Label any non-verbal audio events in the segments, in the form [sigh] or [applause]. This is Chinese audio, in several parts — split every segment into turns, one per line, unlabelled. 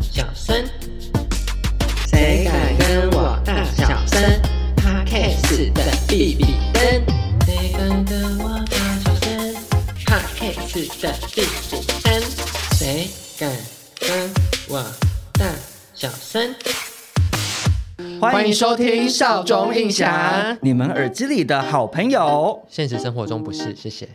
小声？谁敢跟我大小声 p o d c 的比比登，谁敢跟我大小声 p o d c 的比比登，谁敢跟我大小声？
欢迎收听《
少中印象
你们耳机里的好朋友。
现实生活中不是，谢谢。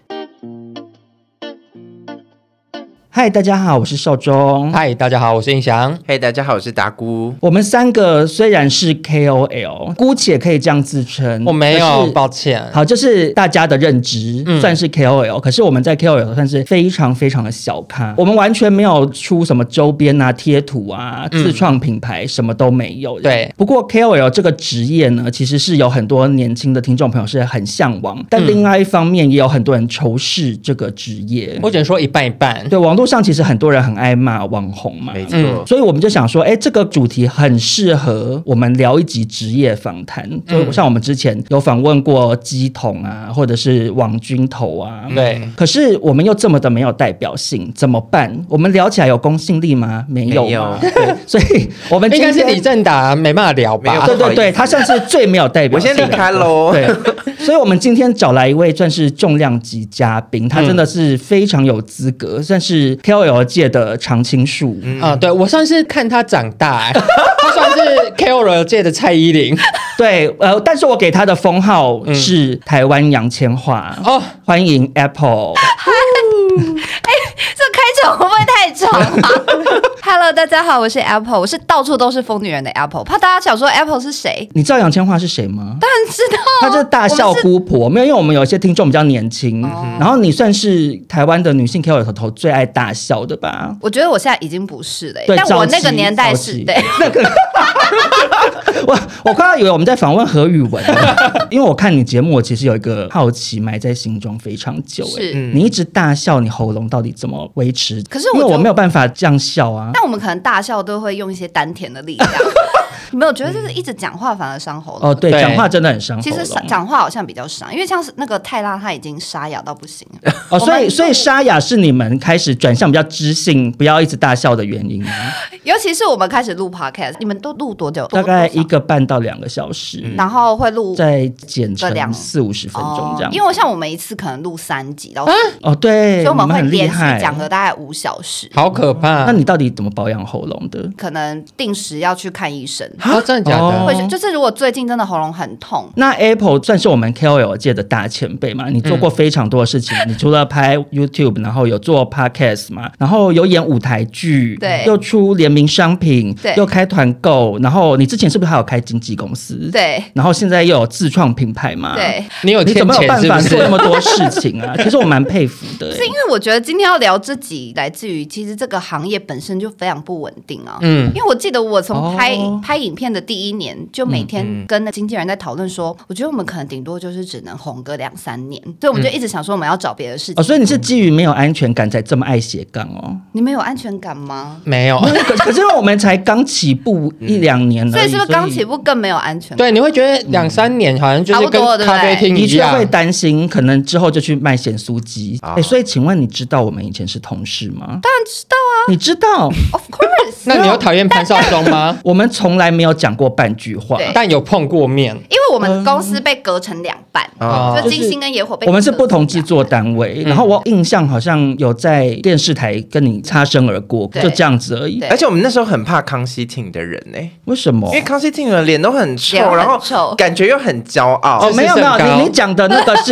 嗨，大家好，我是少中。
嗨，大家好，我是印翔。
嘿，大家好，我是达姑。
我们三个虽然是 KOL，姑且可以这样自称，
我没有
可，是
抱歉。
好，就是大家的认知算是 KOL，、可是我们在 KOL 算是非常非常的小咖，我们完全没有出什么周边啊、贴图啊、自创品牌，什么都没有。
对，
不过 KOL 这个职业呢，其实是有很多年轻的听众朋友是很向往，但另外一方面也有很多人仇视这个职业。
我只能说一半一半。
对，网络上其实很多人很爱骂网红嘛，
没错，
嗯
所以我们就想说，哎，这个主题很适合我们聊一集职业访谈。就像我们之前有访问过鸡桶啊，或者是网军头啊。
嗯
对，
可是我们又这么的没有代表性，怎么办？我们聊起来有公信力吗？没有
没
嘛，
有
对，所以我们
[laughs] 应
今
该
天
是李正达没办法聊
没有
吧
对？啊对
不好意
对，
思
他算是最没有代表
我
性
先
的。
离开喽。
对，所以我们今天找来一位算是重量级嘉宾，他真的是非常有资
嗯
格，算是 KOL 界的常青树。
啊、对我算是看他长大、欸， [laughs] 他算是 KOL 界的蔡依林。
对，呃，但是我给他的封号是台湾杨千嬅。
哦，
欢迎 Apple，
这开场会不会太长啊？Hello，大家好，我是 Apple，我是到处都是疯女人的 Apple，怕大家想说 Apple 是谁？
你知道杨千嬅是谁吗？
哦
当然知道啊，
她就是大笑
我们是
姑婆，没有，因为我们有一些听众比较年轻，然后你算是台湾的女性 KOL 头头最爱大笑的吧？
我觉得我现在已经不是了、
对，
但
早
我
期
那个年代是对，，
早期那个 [laughs] 我我快要以为我们在访问何宇文了， [laughs] 因为我看你节目，我其实有一个好奇埋在心中非常久、哎
是
你一直大笑，你喉咙到底怎么维持？
可是我
因为
觉
我
得
没有办法这样笑啊。
但我们可能大笑都会用一些丹田的力量。啊你没有觉得就是一直讲话反而伤喉咙？
嗯哦，对，
对
讲话真的很伤喉
其
咙。
实讲话好像比较伤，因为像是那个泰拉他已经沙哑到不行
[laughs]
了。
哦，所
我
以
们
所以沙哑是你们开始转向比较知性，不要一直大笑的原因吗？
尤其是我们开始录 podcast，你们都录多久？
大
多
概
多少
一个半到两个小时，
然后会录
再剪
个
成
两
四五十分钟这样。
哦，因为像我们一次可能录三集到四集
哦，对，
所以我
你们
们会
很厉
连续
害。
讲了大概五小时，
好可怕！
那你到底怎么保养喉咙的？
可能定时要去看医生。
哦，真的假的？
哦
会就是如果最近真的喉咙很痛，
那 Apple 算是我们 KOL 界的大前辈嘛？你做
嗯
过非常多的事情，
[laughs]
你除了拍 YouTube，然后有做 Podcast 嘛，然后有演舞台剧，
对
又出联名商品，
对
又开团购，然后你之前是不是还有开经纪公司？，
对
然后现在又有自创品牌嘛？。
对，
你有
你
欠
怎么有
钱
办
是
法
不
做那
是？
么多事情
[laughs]
啊？其实我蛮佩服的、欸
是因为我觉得今天要聊这集，来自于其实这个行业本身就非常不稳定啊。
嗯，
因为我记得我从拍、
哦嗯
拍影片的第一年，就每天跟那经纪人在讨论说，我觉得我们可能顶多就是只能红个两三年，所以我们就一直想说我们要找别的事情。
嗯哦，所以你是基于没有安全感才这么爱斜杠哦。 [laughs]
你们有安全感吗？
没有。
可可是因为我们才刚起步一两年而已，
所以是不是刚起
步？
步更没有安全感？
对，你会觉得两三年好像就
差
是
不多
跟
对不
咖啡
对
厅
哎的
一
确会
样。
担心，可能之后就去卖咸酥鸡。哎、
啊
所以请问你知道我们以前是同事吗？
当然知道啊
你知道，
，Of course。
那你有讨厌潘少忠吗？ [laughs]
我们从来没有讲过半句话。
对
但有碰过面。
因为我们公司被隔成两半，
哦
就金星跟野火被
我们嗯是
隔成
不同制作单位，
嗯
然后我印象好像有在电视台跟你擦身而过，
对
就这样子而已。
对
而且我们那时候很怕康熙挺的人呢、
为什么
因？为康熙挺的脸都很
脸
臭，
很
然后
臭
感觉又很骄傲
哦，。没有没
自视
有，
甚高
你你讲的那个是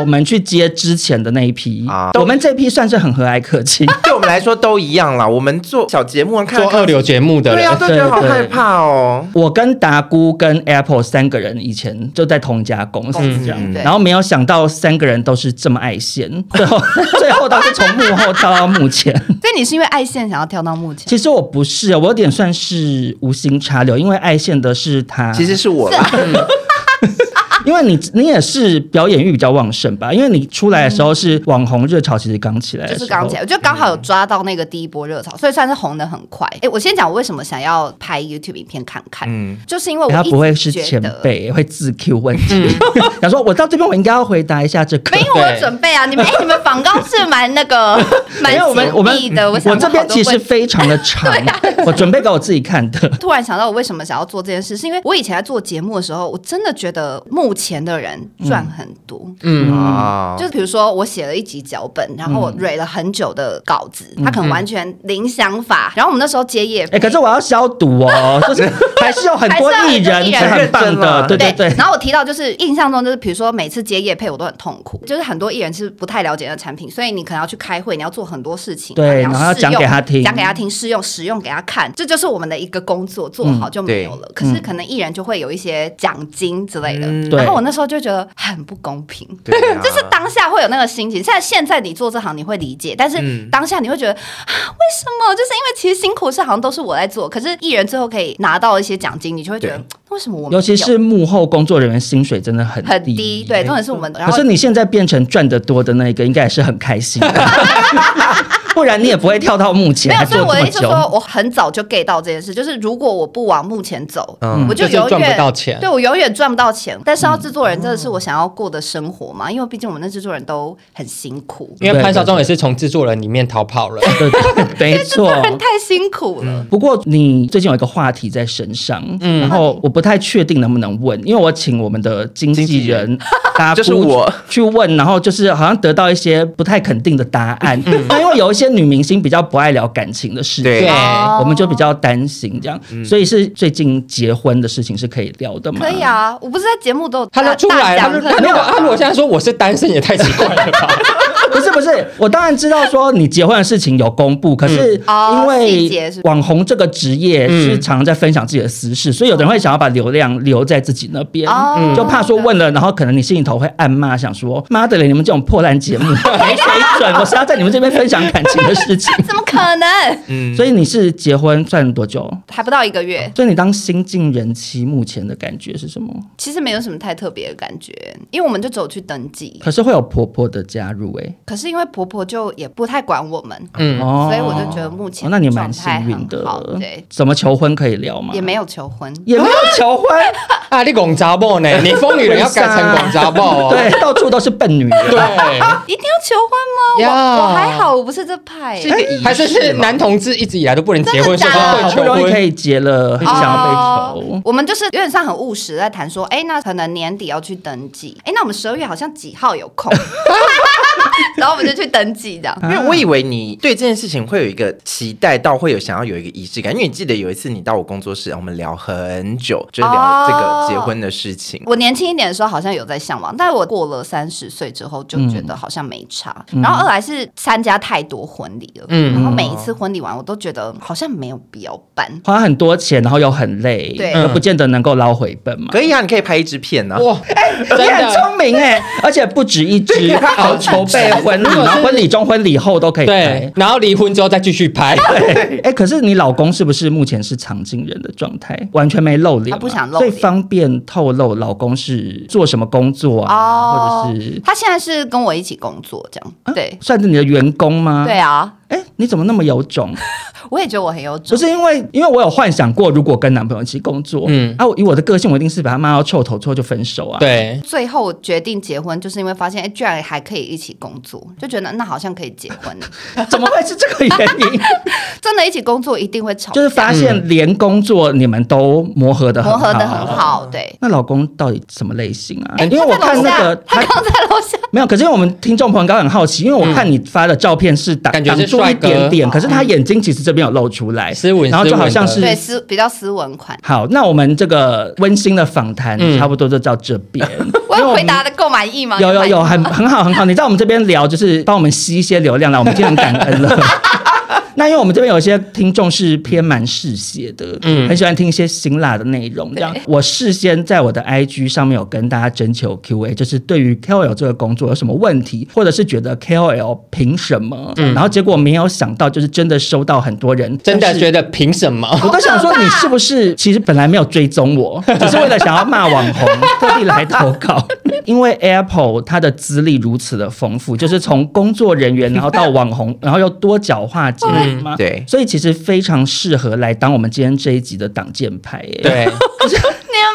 我们去接之前的那一批
[laughs] 啊，
我们这批算是很和蔼可亲。
对我们来说都一样啦，我们做小节目啊看
做二流节目的
对
人
啊，，都觉得好害怕哦，
我跟达姑跟 Apple 三个人以前就在同一家公司这样，
嗯对
然后没有想到三个人都是这么爱线，最后 [laughs] 最后都是从幕后跳到幕前。 [laughs]
但你是因为爱线想要跳到目前，
其实我不是，我有点算是无心插柳，因为爱线的是他。啊
其实是我啦，
因为你你也是表演欲比较旺盛吧，因为你出来的时候是网红热潮，其实哦刚起来的
就
时
是
候
刚起来，我觉得刚好有抓到那个第一波热潮，所以算是红的很快。
嗯
哎，我先讲我为什么想要拍 YouTube 影片看看，
嗯
就是因为我
哎他
一直
不会是
觉
前
得嗯
辈，会自 Q 问题。 [laughs] 想说，我到这边我应该要回答一下这个
没。有，我有准备啊！你们哎、你们访纲是蛮那个
[laughs]
蛮
没有，我们我们
紧密的。想
我这边
好多
其实
问题
非常的长，我准备给我自己看的。
突然想到，我为什么想要做这件事，是因为我以前在做节目的时候，我真的觉得目前的人赚很多。
嗯，
哦
啊，
就是比如说，我写了一集脚本，然后
嗯
我蕊了很久的稿子，他可能完全零想法。然后我们那时候接业配，
哎、可是我要消毒哦，就是还是有很多艺人是很棒
啊
的，对对对。
然后我提到就是印象中就是比如说每次接业配我都很痛苦，就是很多艺人是不太了解那产品，所以你可能要去开会，你要做很多事情，
对
你
然后要
试用
讲给他听
讲给他听，试用使用给他看，这就是我们的一个工作，做好就没有了。
嗯
可是可能艺人就会有一些奖金之类的，
嗯
对
然后我那时候就觉得很不公平。
对啊
就是当下会有那个心情，现在现在你做这行你会理解，但是
嗯
当下你会觉得、啊 [sighs] 为什么？就是因为其实辛苦事好像都是我在做，可是艺人最后可以拿到一些奖金，你就会觉得
对
为什么我们
尤其是幕后工作人员薪水真的很
很低，对，重点是我们，然
可
后
是你现在变成赚得多的那一个，应该也是很开心的，不然你也不会跳到幕前，
没
还
有，所
做这
以我的
么
意思是
久。
说，我很早就 get 到这件事，就是如果我不往目前走，
嗯
我就
就是
永
赚
远
不到钱
对我永远赚不到钱。但是要制作人真的是我想要过的生活嘛，因为毕竟我们的制作人都很辛苦，
因为潘少忠也是从制作人里面逃跑了。
对对，没
制作
错。嗯
人 [laughs] 太辛苦了。
不过你最近有一个话题在身上，
嗯
然后我不太确定能不能问，因为我请我们的经纪人达
嗯 [laughs] 就是
姑
我
去问，然后就是好像得到一些不太肯定的答案。那因为有一些女明星比较不爱聊感情的事情，
嗯对嗯
对，
哦
我们就比较担心这样，所以是最近结婚的事情是可以聊的吗？
可以。啊，我不是在节目都有
他
大
都出来，
大
他
讲
就
特
他如
讲
果他如果现在说我是单身，也太奇怪了
[laughs]
吧？
[laughs] 不是不是，我当然知道说你结婚的事情有公布，可是
哦
因
细节
为
是不是嗯
网红这个职业是常常在分享自己的私事，所以有的人会想要把流量留在自己那边
哦，嗯
就怕说问了，然后可能你心里头会暗骂，想说妈的嘞，你们这种破烂
[laughs]
节目没水准，我是要在你们这边分享感情的事
[laughs]
情。
怎么可能？
嗯，
所以你是结婚算多久？
还不到一个月，
所以你当新晋人妻目前的感觉是什么？
其实没有什么太特别的感觉，因为我们就只有去登记。
可是会有婆婆的加入哎、
可是因为婆婆就也不太管我们，
嗯，
哦
所以我就觉得目前
哦那你
状
蛮幸
态
运
很
的
好，对，
怎么求婚可以聊吗？
也没有求婚，
也没有求婚，
啊，你广杂报呢？你疯女人要改成广杂
[laughs]
报哦。
对，到处都是笨女人。啊
对，
啊一定要求婚吗？
要
我我还好，我不是这派欸，
还是是男同志一直以来都不能结婚，所
真
以
的假的
好
不
不
能
容
求
易可
婚。
以结了，很想要被
哦
求。
我们就是有点像很务实，在谈说，哎，那可能年底要去登记，哎，那我们十二月好像几号有
[laughs]
空， [laughs] 然后我们就去登记这样。
因为我以为你对这件事情会有一个期待，到会有想要有一个仪式感。因为你记得有一次你到我工作室，我们聊很久，就是聊这
哦
个结婚的事情。
我年轻一点的时候好像有在向往，但是我过了三十岁之后就觉
嗯
得好像没差。然后二来是参加太多婚礼了，
嗯
然后每一次婚礼完我都觉得好像没有必要办。
花很多钱，然后又很累，
对
又不见得能够捞回本嘛。
可以啊，你可以拍一支片啊。
哇，真
你很
的，
聪明哎，而且不止一支，他 [laughs] 好筹备婚
[laughs]
礼，然后婚礼中、婚礼后都可以
对
拍。，
然后离婚之后再继续拍，
哎，可是你老公是不是目前是常进人的状态，完全没露脸嘛？
他不想露
所
脸
以方便透露老公是做什么工作啊，
哦
或者是啊
他现在是跟我一起工作，这样、对
算是你的员工吗？
对。啊，
哎，你怎么那么有种？
我也觉得我很有
不。
种
是因为，因为我有幻想过，如果跟男朋友一起工作，嗯
嗯，
啊，我以我的个性，我一定是把他骂到臭头之后就分手啊。，
对，
最后决定结婚，就是因为发现哎、居然还可以一起工作，就觉得那好像可以结婚了。
怎么会是这个
[laughs]
原因？
真的，一起工作一定会吵架，
就是发
嗯
现连工作你们都磨合的
磨合的很。好。对，
那老公到底什么类型啊？
哎
因为我看那个他
他在楼下他刚在楼下
没有，可是因为我们听众朋友刚刚很好奇，因为我看你发的照片是挡
嗯感觉
挡
是
住一
帅哥哦
点点，可是他眼睛其实这边有露出来，
斯文
然后就好像
斯
是
文
对斯比较斯文款。
好。那我们这个温馨的访谈
嗯
差不多就到这边，
我
因为
有
我
回
们
答的够满意吗？
有有
[laughs]
有，
满意吗
很很好很好。你在我们这边聊，就是帮我们吸一些流量来，我们今天很感恩了。 [laughs] 那因为我们这边有一些听众是偏蛮嗜血的，嗯，很喜欢听一些辛辣的内容。这样，我事先在我的 IG 上面有跟大家征求 Q&A，就是对于 KOL 这个工作有什么问题，或者是觉得 KOL 凭什么？然后结果没有想到，就是真的收到很多人
嗯真的
就是
觉得凭什么？
[laughs] 我都想说，你是不是其实本来没有追踪我， [laughs] 只是为了想要骂网红， [laughs] 特地来投稿？ [laughs] 因为 Apple 它的资历如此的丰富，就是从工作人员，然后到网红， [laughs] 然后又多角化经
嗯
营嘛，
对
所以其实非常适合来当我们今天这一集的挡箭牌、欸，
对，
[laughs]
们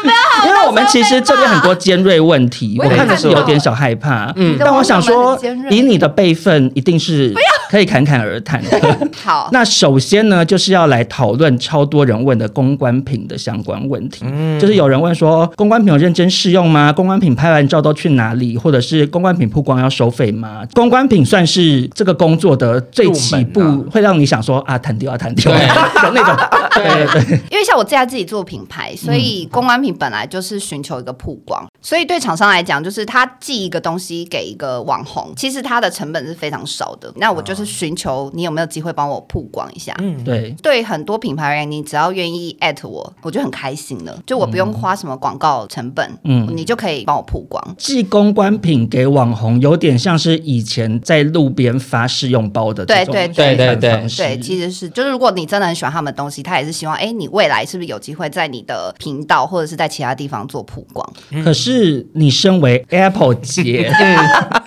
不要好
因为我们其实这边很多尖锐问题，
我
我
也
看
看
的
到
是有点小害怕，嗯
你，的
但我
网
想
友们
说
很尖，锐
以你的辈分，一定是可以侃侃而谈的。
[laughs] 好，
那首先呢，就是要来讨论超多人问的公关品的相关问题。就是有人问说，公关品有认真试用吗？公关品拍完照都去哪里？或者是公关品曝光要收费吗？公关品算是这个工作的最起步，
入门
会让你想说啊，弹掉啊，弹掉啊的那种。对对对，
因为像我自家自己做品牌，所以公关品本来就是寻求一个曝光，所以对厂商来讲，就是他寄一个东西给一个网红，其实它的成本是非常少的。那我就是寻求你有没有机会帮我曝光一下。
[laughs] 对。
对很多品牌而言，你只要愿意艾特我，我就很开心了。就我不
嗯
用花什么广告成本，嗯，你就可以帮我曝光。
寄公关品给网红，有点像是以前在路边发试用包的这种
对
对对
宣传方
对
式
对，其实是就是如果你真的很喜欢他们的东西，他也是希望，哎，你未来是不是有机会在你的频道或者是在其他地方做曝光？
可是你身为 Apple 姐，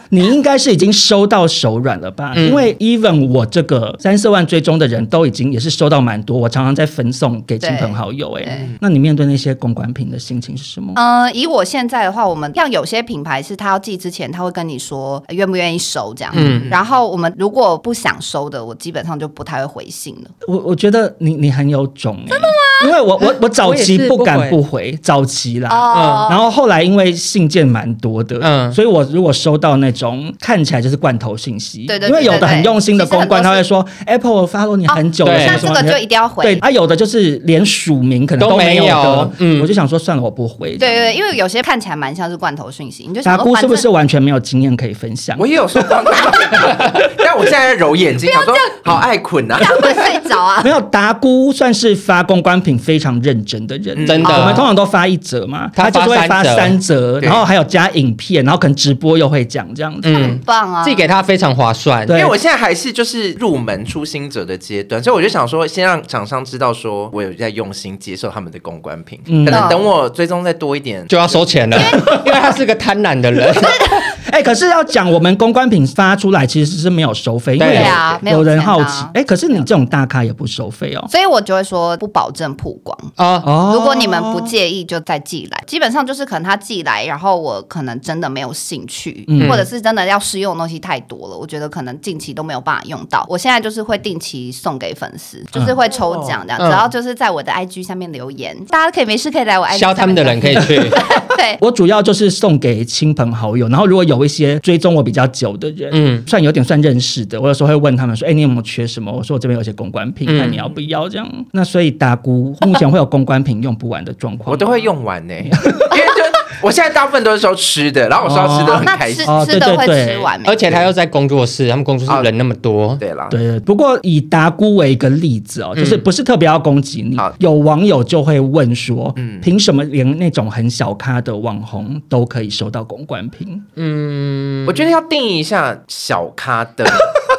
你应该是已经收到手软了吧？因为 even 我这个三四万追踪的人都已经也是收到蛮多，我常常在分送给亲朋好友、欸。哎，那你面对那些公关品的心情是什么？
呃，以我现在的话，我们像有些品牌是他要寄之前，他会跟你说呃愿不愿意收这样。然后我们如果不想收的，我基本上就不太会回信了。
我我觉得你你很有种、欸，真的吗？因为我我我早期
我也是
不敢
不
不回，早期啦。
哦
然后后来因为信件蛮多的，
嗯
所以我如果收到那种看起来就是罐头信息，
对对对
因为有的很用心的公关，
对
他
对
会说 Apple 我 follow 你很久了，
哦
什
那
么什么
这个
你
就一定要
对
回。
啊，有的就是连署名可能
都
没
没
有的
有，嗯
我就想说算了，我不回。
对对，因为有些看起来蛮像是罐头讯息，你就想
打
说
姑
反
是不
正
是完全没有经验可以分享
[laughs] 我？也有收到，但我现在在揉眼睛，想说好爱捆啊。
他会睡着啊？
[laughs] 没有，达姑算是发公关品非常认真的
嗯
嗯人，
真的
我们通常都发一折嘛，
他
就是会发
发三折
三折，
对
然后还有加影片，然后可能直播又会讲这样子。
很棒啊！
寄给他非常划算。
对
因为我现在还是就是入门初心者的阶段，所以我就想说，先让厂商知道说我有在用心接受他们的公关品，
嗯
可能等我追踪再多一点，
就要收钱了，因为他是个贪婪的人。
哎、可是要讲我们公关品发出来其实是没有收费，因为
对
有,、
啊没有
人
钱啊
好奇，哎、可是你这种大咖也不收费哦。
所以我就会说不保证曝光。
哦，
哦，
如果你们不介意，就再寄来。基本上就是可能他寄来，然后我可能真的没有兴趣，
嗯
或者是真的要试用的东西太多了，我觉得可能近期都没有办法用到。我现在就是会定期送给粉
嗯
丝，就是会抽奖这样，
嗯
只要就是在我的 IG 下面留言，大家可以没事可以来我 IG
削他们的人可以
下面
去，
留言 [laughs]
[laughs]
对。
我主要就是送给亲朋好友，然后如果有一些追踪我比较久的人，嗯，算有点算认识的，我有时候会问他们说，哎、你有没有缺什么？我说我这边有些公关品，看、你要不要这样。那所以打鼓目前会有公关品用不完的状况，
我都会。用完呢、因为就我现在大部分都是收吃的，然后我收到吃的
好
很
那
开
吃
心。
哦
吃的
对对
会
对
吃完没？
而且他又在工作室，他们工作室人那么多，
对哦啦，
对，不过以达姑为一个例子哦，就是不是特别要攻击你，
嗯好嗯
有网友就会问说，凭什么连那种很小咖的网红都可以收到公关品？
嗯
我觉得要定义一下小咖的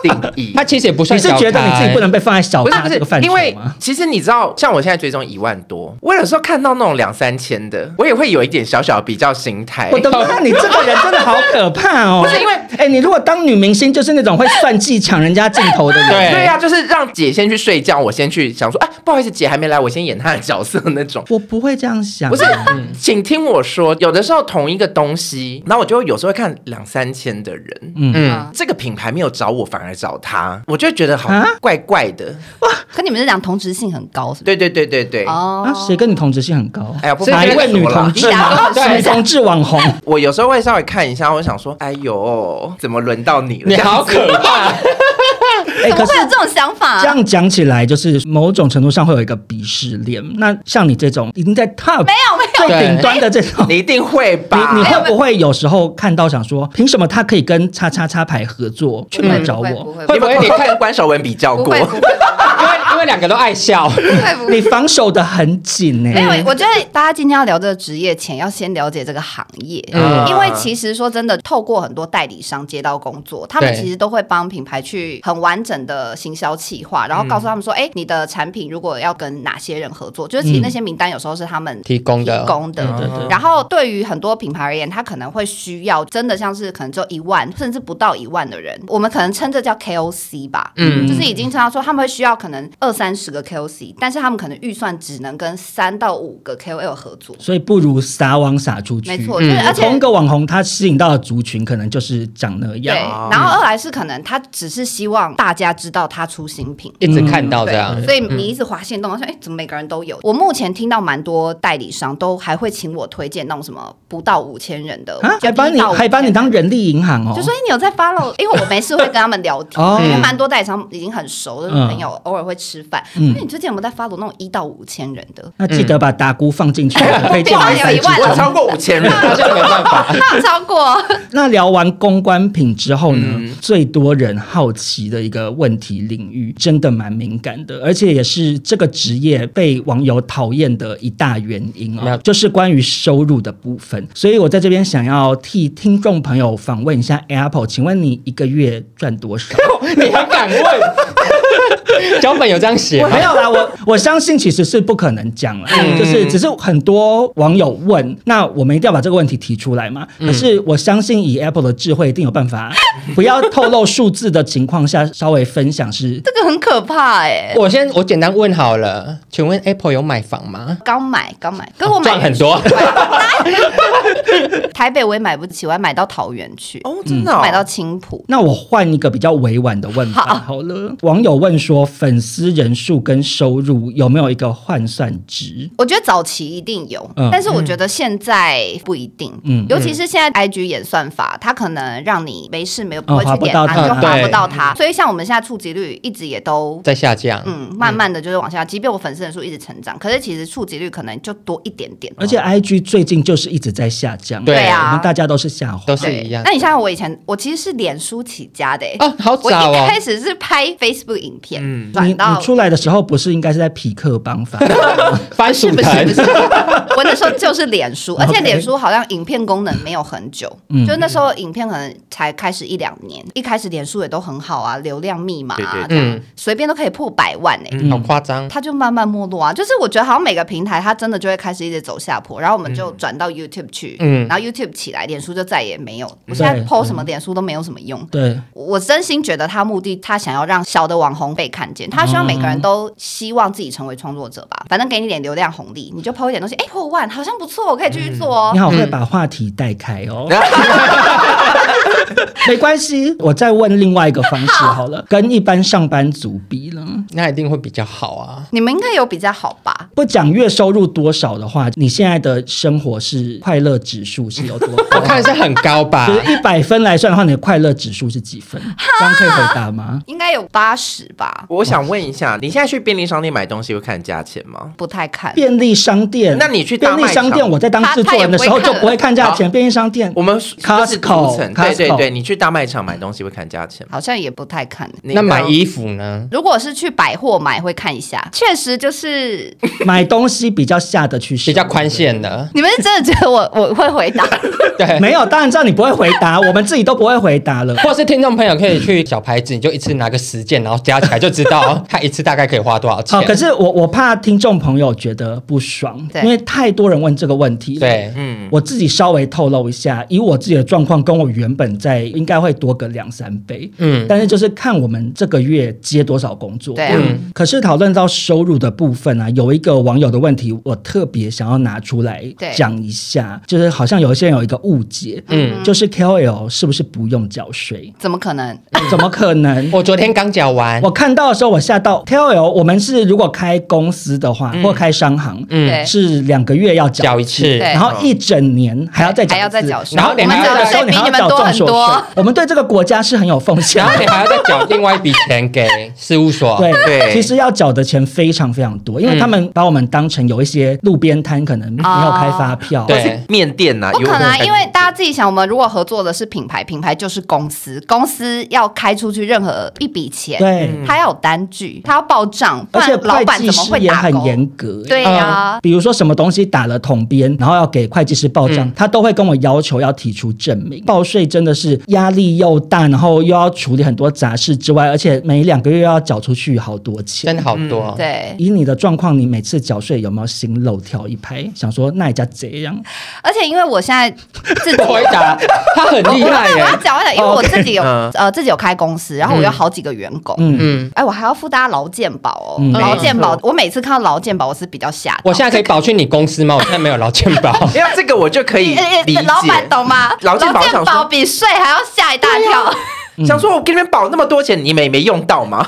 定
[laughs]
义 [laughs]
他。其实也不
你
算
是
小
觉得你自己
咖
不能被放在小
不是
咖
不
哦这个范
是，
畴
因为
吗？
其实你知道，像我现在追踪一万多，我有时候看到那种两三千的，我也会有一点小小的比较心态。
我的妈！你这个人真的好可怕哦！
[laughs] 不是因为
哎、你如果当女明星，就是那种会算计、抢人家镜头的人。
对
[laughs] 对呀、啊就是让姐先去睡觉，我先去想说，哎，不好意思，姐还没来，我先演她的角色那种。
我不会这样想。
不是，请听我说，有的时候同一个东西，那我就有时候会看两三千的人，
嗯，
这个品牌没有找我，反而找他，我就会觉得好
啊
怪怪的。
可你们是讲同质性很高，是不是？
对对对对对。
哦
啊，谁跟你同质性很高？
哎呀，不
谁
哪
跟
一
你
位女
说啦
同志 [laughs]
你
吗？
打
女
对
同志网
[laughs]
红，
我有时候会哎稍微看一下，我想说，哎呦，怎么轮到你了？
你好可怕，
哎
怎
可
么
是
会有这种想法？
这样讲起来，就是某种程度上会有一个鄙视链。那像你这种已经在 top
没有没有，
最
对
顶端的这种，
[laughs] 你一定会吧？
你你会不会有时候看到想说，凭什么他可以跟叉叉叉牌合作去来找
不
我？
会
会不
不
会
你
你
有
看
跟关守文比较
不
过
会？不会
因为因为两个都爱笑，
不会不会
你防守的很紧呢、欸
没有，我觉得大家今天要聊这个职业前，要先了解这个行业，
嗯
因为其实说真的，透过很多代理商接到工作，他们
对
其实都会帮品牌去很完整的行销企划，然后告诉他们说，哎、你的产品如果要跟哪些人合作，就是其实那些名单有时候是他们
提供的
提供的。
对对
然后对于很多品牌而言，他可能会需要真的像是可能就一万甚至不到一万的人，我们可能称这叫 KOC 吧，嗯，就是已经称到说他们会需要可能二三十个 KOC，但是他们可能预算只能跟三到五个 KOL 合作，
所以不如撒网撒出去。
没错，就是而且
嗯同一个网红，他吸引到的族群可能就是长那
对，
样。啊
然后二来是可能他只是希望大家知道他出新品，
一直看
哦
到这样
对，。所以你一直划线动，我说哎，怎么每个人都有？我目前听到蛮多代理商都还会请我推荐那种什么不到五千人的，
啊，
就
还
一到
把你
5000
还把你当人力银行哦，
就说哎你有在 follow，因为我没事会跟他们聊天，
哦
因为蛮多代理商已经很熟，就是
嗯
朋友偶尔会吃饭。
嗯
那你最近有没有在 follow 那种一到五千人的？
那记得把打姑放
[laughs]
进去，我推荐
哇
你赛
有
制
一万
我超过五千人，
好像没办法，
那有超过
那聊完公关品之后呢，最多人好奇的一个问题领域，真的蛮敏感的，而且也是这个职业被网友讨厌的一大原因
没
哦
有，
就是关于收入的部分。所以我在这边想要替听众朋友访问一下 Apple，请问你一个月赚多少？
你还敢问？ [laughs] 脚本有这样写
我 [laughs]
吗
没？有啦，我我相信其实是不可能讲了，
嗯
就是只是很多网友问，那我们一定要把这个问题提出来嘛。可是我相信以 Apple 的智慧，一定有办法，啊不要透露数字的情况下，稍微分享是
这个很可怕哎、
我先我简单问好了，请问 Apple 有买房吗？
刚买刚买，跟我买
赚很多，
台北我也买不起，我还买到桃园去，
哦，真的哦
买到青浦。
那我换一个比较委婉的问法好了。网友问说，粉丝人数跟收入有没有一个换算值？
我觉得早期一定有，
嗯
但是我觉得现在不一定。
嗯
尤其是现在 IG 演算法，它可能让你没事没有不
哦
会
划
去
不
点
到
它，
它
你就划
对
不到它。所以像我们现在触及率一直也都
[laughs] 在下降。
嗯，慢慢的就是往下，即便我粉丝人数一直成长，可是其实触及率可能就多一点点。
而且 IG 最近就是一直在下降，
对
啊
我们大家都是下滑
都。是
对
一样
那你像我以前，我其实是脸书起家的、欸，
哦，好
我
早
一
哦嗯
开，始是拍 Facebook 影片，转、
你
到
你出来的时候不是应该是在匹克帮法？
番薯
是不是
藤
不是？
[laughs]
我那时候就是脸书，而且脸书好像影片功能没有很久，
嗯
就那时候影片可能才开始一两年。一开始脸书也都很好啊，流量密码啊，这
[laughs]
样
嗯
随便都可以破百万哎、
好夸张。
它就慢慢没落啊。就是我觉得好像每个平台它真的就会开始一直走下坡，然后我们就转到 YouTube 去，
嗯
然后 YouTube 起来，脸书就再也没有。我现在
对
PO 什么脸书都没有什么用。
对，
我真心觉得他目的，他想要让小的网红被看见，他希望每个人都希望自己成为创作者吧。反正给你点流量红利，你就抛一点东西，哎、破万好像不错，我可以继续做哦。
你好会把话题带开哦。
嗯
没关系，我再问另外一个方式好了，跟一般上班族比了，
那一定会比较好啊。
你们应该有比较好吧？
不讲月收入多少的话，你现在的生活是快乐指数是有多
[laughs] 我
高？
看是很高吧
就，是一百分来算的话，你的快乐指数是几分？这样可以回答吗？
应该有八十吧？
我想问一下，你现在去便利商店买东西会看价钱吗？
不太看。
便利商店，
那你去大
便
卖
利商店，
场
我在当制作人的时候
他他
就
也
不
不
会
会
看价钱。便利商店，
我们就是
Costco，
逐层对
Costco
对对，你去大卖场买东西会看价钱吗？
好像也不太看。
你
那买衣服呢？
如果是去百货买，会看一下，确实就是，
买东西比较下得去手，
比较宽限的
你们是真的觉得我 [laughs] 我会回答，
对。
没有，当然知道你不会回答，我们自己都不会回答了。
[laughs] 或是听众朋友可以去小牌子，你就一次拿个十件，然后加起来就知
[laughs]
道它一次大概可以花多少钱。
好，可是我我怕听众朋友觉得不爽，
对
因为太多人问这个问题了。
对，
嗯，
我自己稍微透露一下，以我自己的状况，跟我原本在应该会多个两三倍，嗯，但是就是看我们这个月接多少工作，
对啊，
可是讨论到收入的部分啊，有一个网友的问题，我特别想要拿出来
对
讲一下，就是好像有一些人有一个误解，嗯，就是 KOL 是不是不用缴税？
怎么可能？
怎么可能？
嗯我昨天刚讲完，
我看到的时候，我吓到 KOL。我们是如果开公司的话，或开商行，
嗯
嗯
对
是两个月要
讲
缴
一次，
对
然后一整年还要再缴一次，
还要再缴税
然后
我们
你要
缴的
时候
税
你还要
比你们
缴
多
重
很
所
多
得税。我们对这个国家是很有奉献
然后
的
你。
[laughs]
还要再缴另外一笔钱给事务所。
对，
对
其实要缴的钱非常非常多，
嗯
因为他们把我们当成有一些路边摊，可能没有开发票，
嗯
对
面店呐、
不可
有
能啊，
很
因为大家自己想，我们如果合作的是品牌，品牌就是公司，公司要开出去任何一笔钱，
对
他要有单据，他要报账，不
而且
然老
会
板
计
怎么
师
会
也
打
很
勾？
严格。
对呀、
比如说什么东西打了统编，然后要给会计师报
嗯
账，他都会跟我要求要提出证明。报税真的是压力又大，然后又要处理很多杂事之外，而且每两个月又要缴出去好多
真
钱。
的好多。
嗯
对，
以你的状况，你每次缴税有没有心漏跳一拍？想说那也叫这样，
而且因为我现在自己
[laughs] 我回答他很厉害
[laughs]
我要
耶，
讲完了，因为我自己有、
嗯
呃自己有开公司，然后我有好几个员工，
嗯
嗯，
哎，我还要付大家劳健保哦，
嗯
劳健保，我每次看到劳健保我是比较吓到，
我现在可以保去你公司吗？我现在没有劳健
[laughs]
保。
因为这个我就可
[laughs]
以
哎
理
哎
解。
老板懂吗？
劳健保
劳健
想说
保比税还要吓一大跳，
想说我给你们保那么多钱，你们也没用到吗？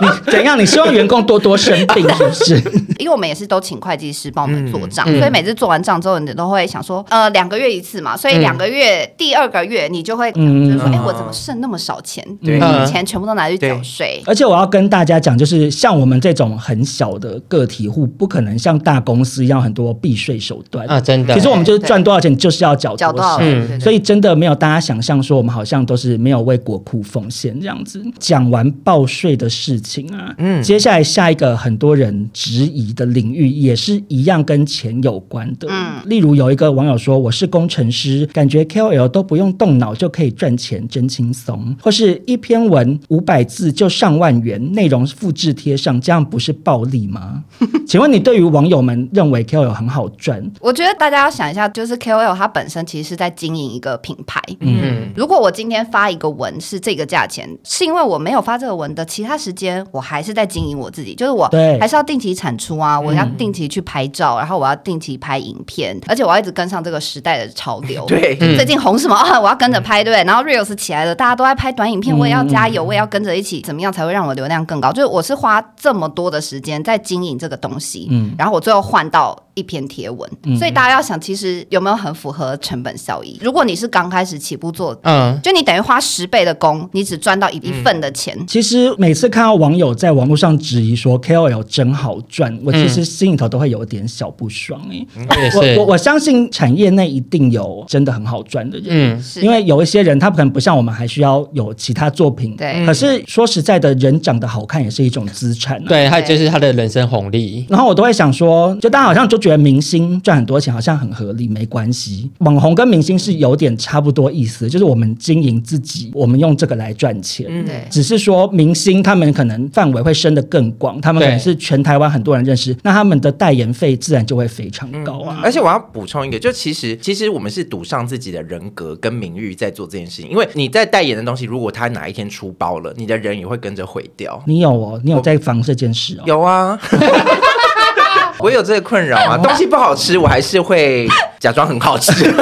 你怎样？你希望员工多多生病是不
[laughs]
是？
因为我们也是都请会计师帮我们做账，所以每次做完账之后，你都会想说，呃，两个月一次嘛，所以两个月、第二个月你就会
嗯
就是说，哎、
嗯
我怎么剩那么少钱？
对
我以前全部都拿去缴
对
税。
而且我要跟大家讲，就是像我们这种很小的个体户，不可能像大公司一样很多避税手段
啊，真的。
其实我们就是赚多少钱，就是要缴
缴
多
多少？
少。
对
嗯
对对
所以真的没有大家想象说，我们好像都是没有为国库奉献这样子。讲完报税的事情啊，
嗯
接下来下一个很多人质疑的领域，也是一样跟钱有关的。
嗯
例如有一个网友说：“我是工程师，感觉 KOL 都不用动脑就可以赚钱，真轻松。”或是一篇文五百字就上万元，内容复制贴上，这样不是暴利吗？ [laughs] 请问你对于网友们认为 KOL 很好赚，
我觉得大家要想一下，就是 KOL 它本身其实是在经营一个品牌。嗯，如果我今天发一个文是这个价钱，是因为我没有发这个文的其他时间，我还是在经营我自己，就是我
对
还是要定期产出啊，我要定期去拍照，然后我要定期拍影片，而且我要一直跟上这个时代的潮流。
对
嗯
最近红什么啊，我要跟着拍，对不对？然后 reels 起来了，大家都在拍短影
嗯
片，我也要加油，我也要跟着一起，怎么样才会让我流量更高？就是我是花这么多的时间在经营这个东西，
嗯
然后我最后换到一篇贴文，所以大家要想，其实有没有很符合成本效益？如果你是刚开始起步做，
嗯，
就你等于花十倍的工，你只赚到一一份的钱，
其实每次看到网友在网络上质疑说 KOL 真好赚，我其实心里头都会有点小不爽哎、
我嗯也
我
是
我。我相信产业内一定有真的很好赚的人，
嗯，
是
因为有一些人他可能不像我们还需要有其他作品，
对
可是说实在的，人长得好看也是一种资产、啊。
对，他就是他的人生红利。
然后我都会想说，就大家好像就觉得明星赚很多钱好像很合理，没关系。网红跟明星是有点差不多意思，就是我们经营自己，我们用这个来赚钱。
对。
只是说明星他们可能范围会伸得更广，他们可能
对
是全台湾很多人认识，那他们的代言费自然就会非常高
嗯
啊。
而且我要补充一个，就其实其实我们是赌上自己的人格跟名誉在做这件事情，因为你在代言的东西，如果他哪一天出包了，你的人也会跟着毁掉。
你有哦，你有在防这件事哦。
有啊， [laughs] 我有这个困扰啊，东西不好吃，我还是会假装很好吃。 [laughs]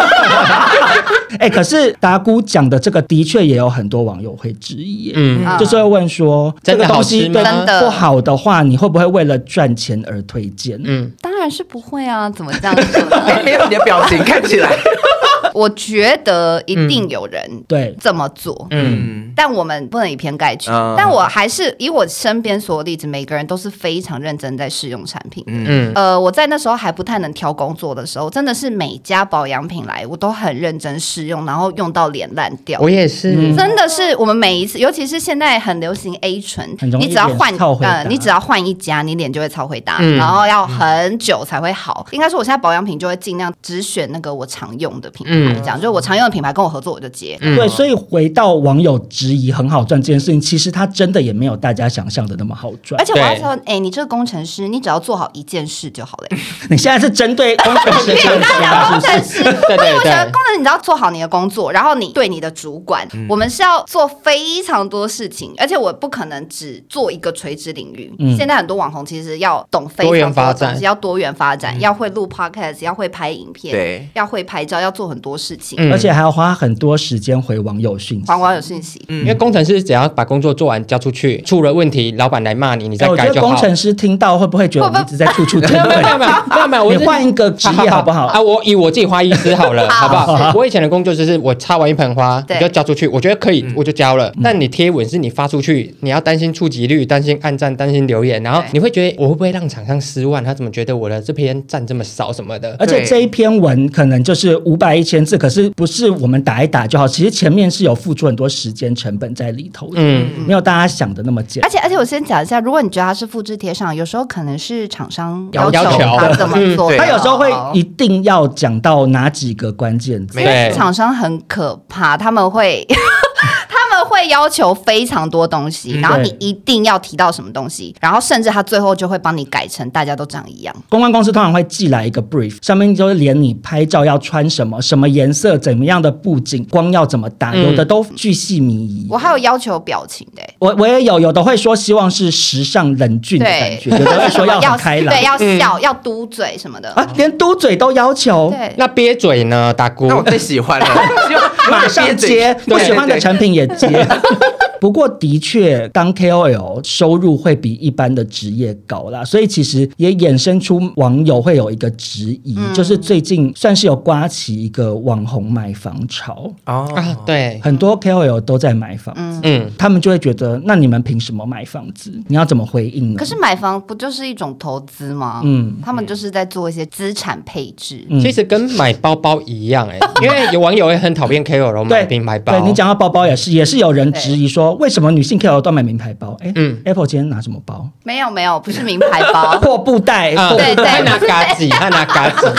哎，可是达姑讲的这个的确也有很多网友会质疑耶，
嗯
啊
就是会问说这
真
个
的
东
好吃
西对
吗
真的
不好的话，你会不会为了赚钱而推荐？
嗯，
当然是不会啊，怎么这样说呢？
没有你的表情看起来，
[laughs] 我觉得一
嗯
定有人
对，
这么做，
嗯，
但我们不能以偏概全。
啊
嗯
但我还是以我身边所有例子，每个人都是非常认真在试用产品。
嗯
嗯，呃，我在那时候还不太能挑工作的时候，真的是每家保养品来，我都很认真试用，然后用到脸烂掉。
我
[laughs]
也是。
真的是我们每一次，尤其是现在很流行 A 醇
很，容易
你只要换
脸超回答
呃，你只要换一家，你脸就会超回答，
嗯
然后要很久才会好。应该说我现在保养品就会尽量只选那个我常用的品牌，牌，
嗯
这样、就是我常用的品牌跟我合作我就接。
对，所以回到网友质疑很好赚这件事情，其实它真的也没有大家想象的那么好赚
而。且我要
对嗯
说，哎、你这个工程师，你只要做好一件事就好了。
你现在是针
[laughs]
对工程
[laughs]
师 [laughs]
因为
这
大家
样子是
讲工
不
程
是？
师，
对
因为我
对
觉得
对嗯
工程师你只要做好你的工作，然后你对你的主管，我们是要做非常多事情，而且我不可能只做一个垂直领域。现在很多网红其实要懂非
嗯多元
常多
发
的
展嗯
东西，要多元发展，要会录 podcast，要会拍影片
对，
要会拍照，要做很多事情。
嗯
而且还要花很多时间回网友讯息
黄。瓜有讯息，
嗯
因为工程师只要把工作做完交出去，出了问题，老板来骂你，你再
哎我
改
觉得
就好。
工程师听到会不会觉得
[laughs]
我们一直在处处针
没有没有
对
没？有没有没有没有，我
你
是
换一个职业好不好？
啊，我以我自己花艺师好
[laughs]
了，好
好
不好？我以前的工作就是我插完一盆花，
对
你就交出去，我觉得可以，
嗯
我就交了。但你贴文是你发出去，你要担心触及率，担心按赞，担心留言，然后
对
你会觉得我会不会让厂商失望？他怎么觉得我的这篇赞这么少什么的？
而且
对
这一篇文可能就是五百一千字，可是不是我们打一打就好，其实前面是有付出很多时间成本在里头的，
嗯，哎
没有大家想的那么简单
而。且而且我先讲一下，如果你觉得它是复制贴上，有时候可能是厂商
要
求
求
他
的
怎么
嗯
做的，
对
他有时候会一定要讲到哪几个关键字
没，
对，
厂商很可怕，他们会 [laughs] 他们会要求非常多东西，然后你
嗯对
一定要提到什么东西，然后甚至他最后就会帮你改成大家都长一样。
公关公司通常会寄来一个 brief，上面就是连你拍照要穿什么、什么颜色、怎么样的布景、光要怎么打，
嗯
有的都巨细靡遗。
我还有要求表情的、欸。
我我也有，有的会说希望是时尚冷峻的感
对，
觉，有的会
[laughs] 什
说
么
很开朗嗯
对，要笑，要嘟嘴什么的。
啊，哦连嘟嘴都要求。
对，
那憋嘴呢，大姑啊
那？我最喜欢了，希望
[laughs] 马上接，
对
不喜欢的
对
产品也接。 [laughs] 不过的确，当 KOL 收入会比一般的职业高啦，所以其实也衍生出网友会有一个质疑，就是最近算是有刮起一个网红买房潮，
哦，
啊，对，
很多 KOL 都在买房子，
嗯，
他们就会觉得，那你们凭什么买房子？你要怎么回应呢？
可是买房不就是一种投资吗？
嗯
嗯，他们就是在做一些资产配置。
嗯
其实跟买包包一样哎，因为有网友也很讨厌 KOL 买
对
名牌包，
对你讲到包包也是，也是有人质疑说，为什么女性 KOL 都买名牌包？哎、a p p l e 今天拿什么包？
没有没有，不是名牌
[laughs]
包，
破布袋，
啊，
破
对
布
对
他
袋。
拿嘎子，他拿嘎子，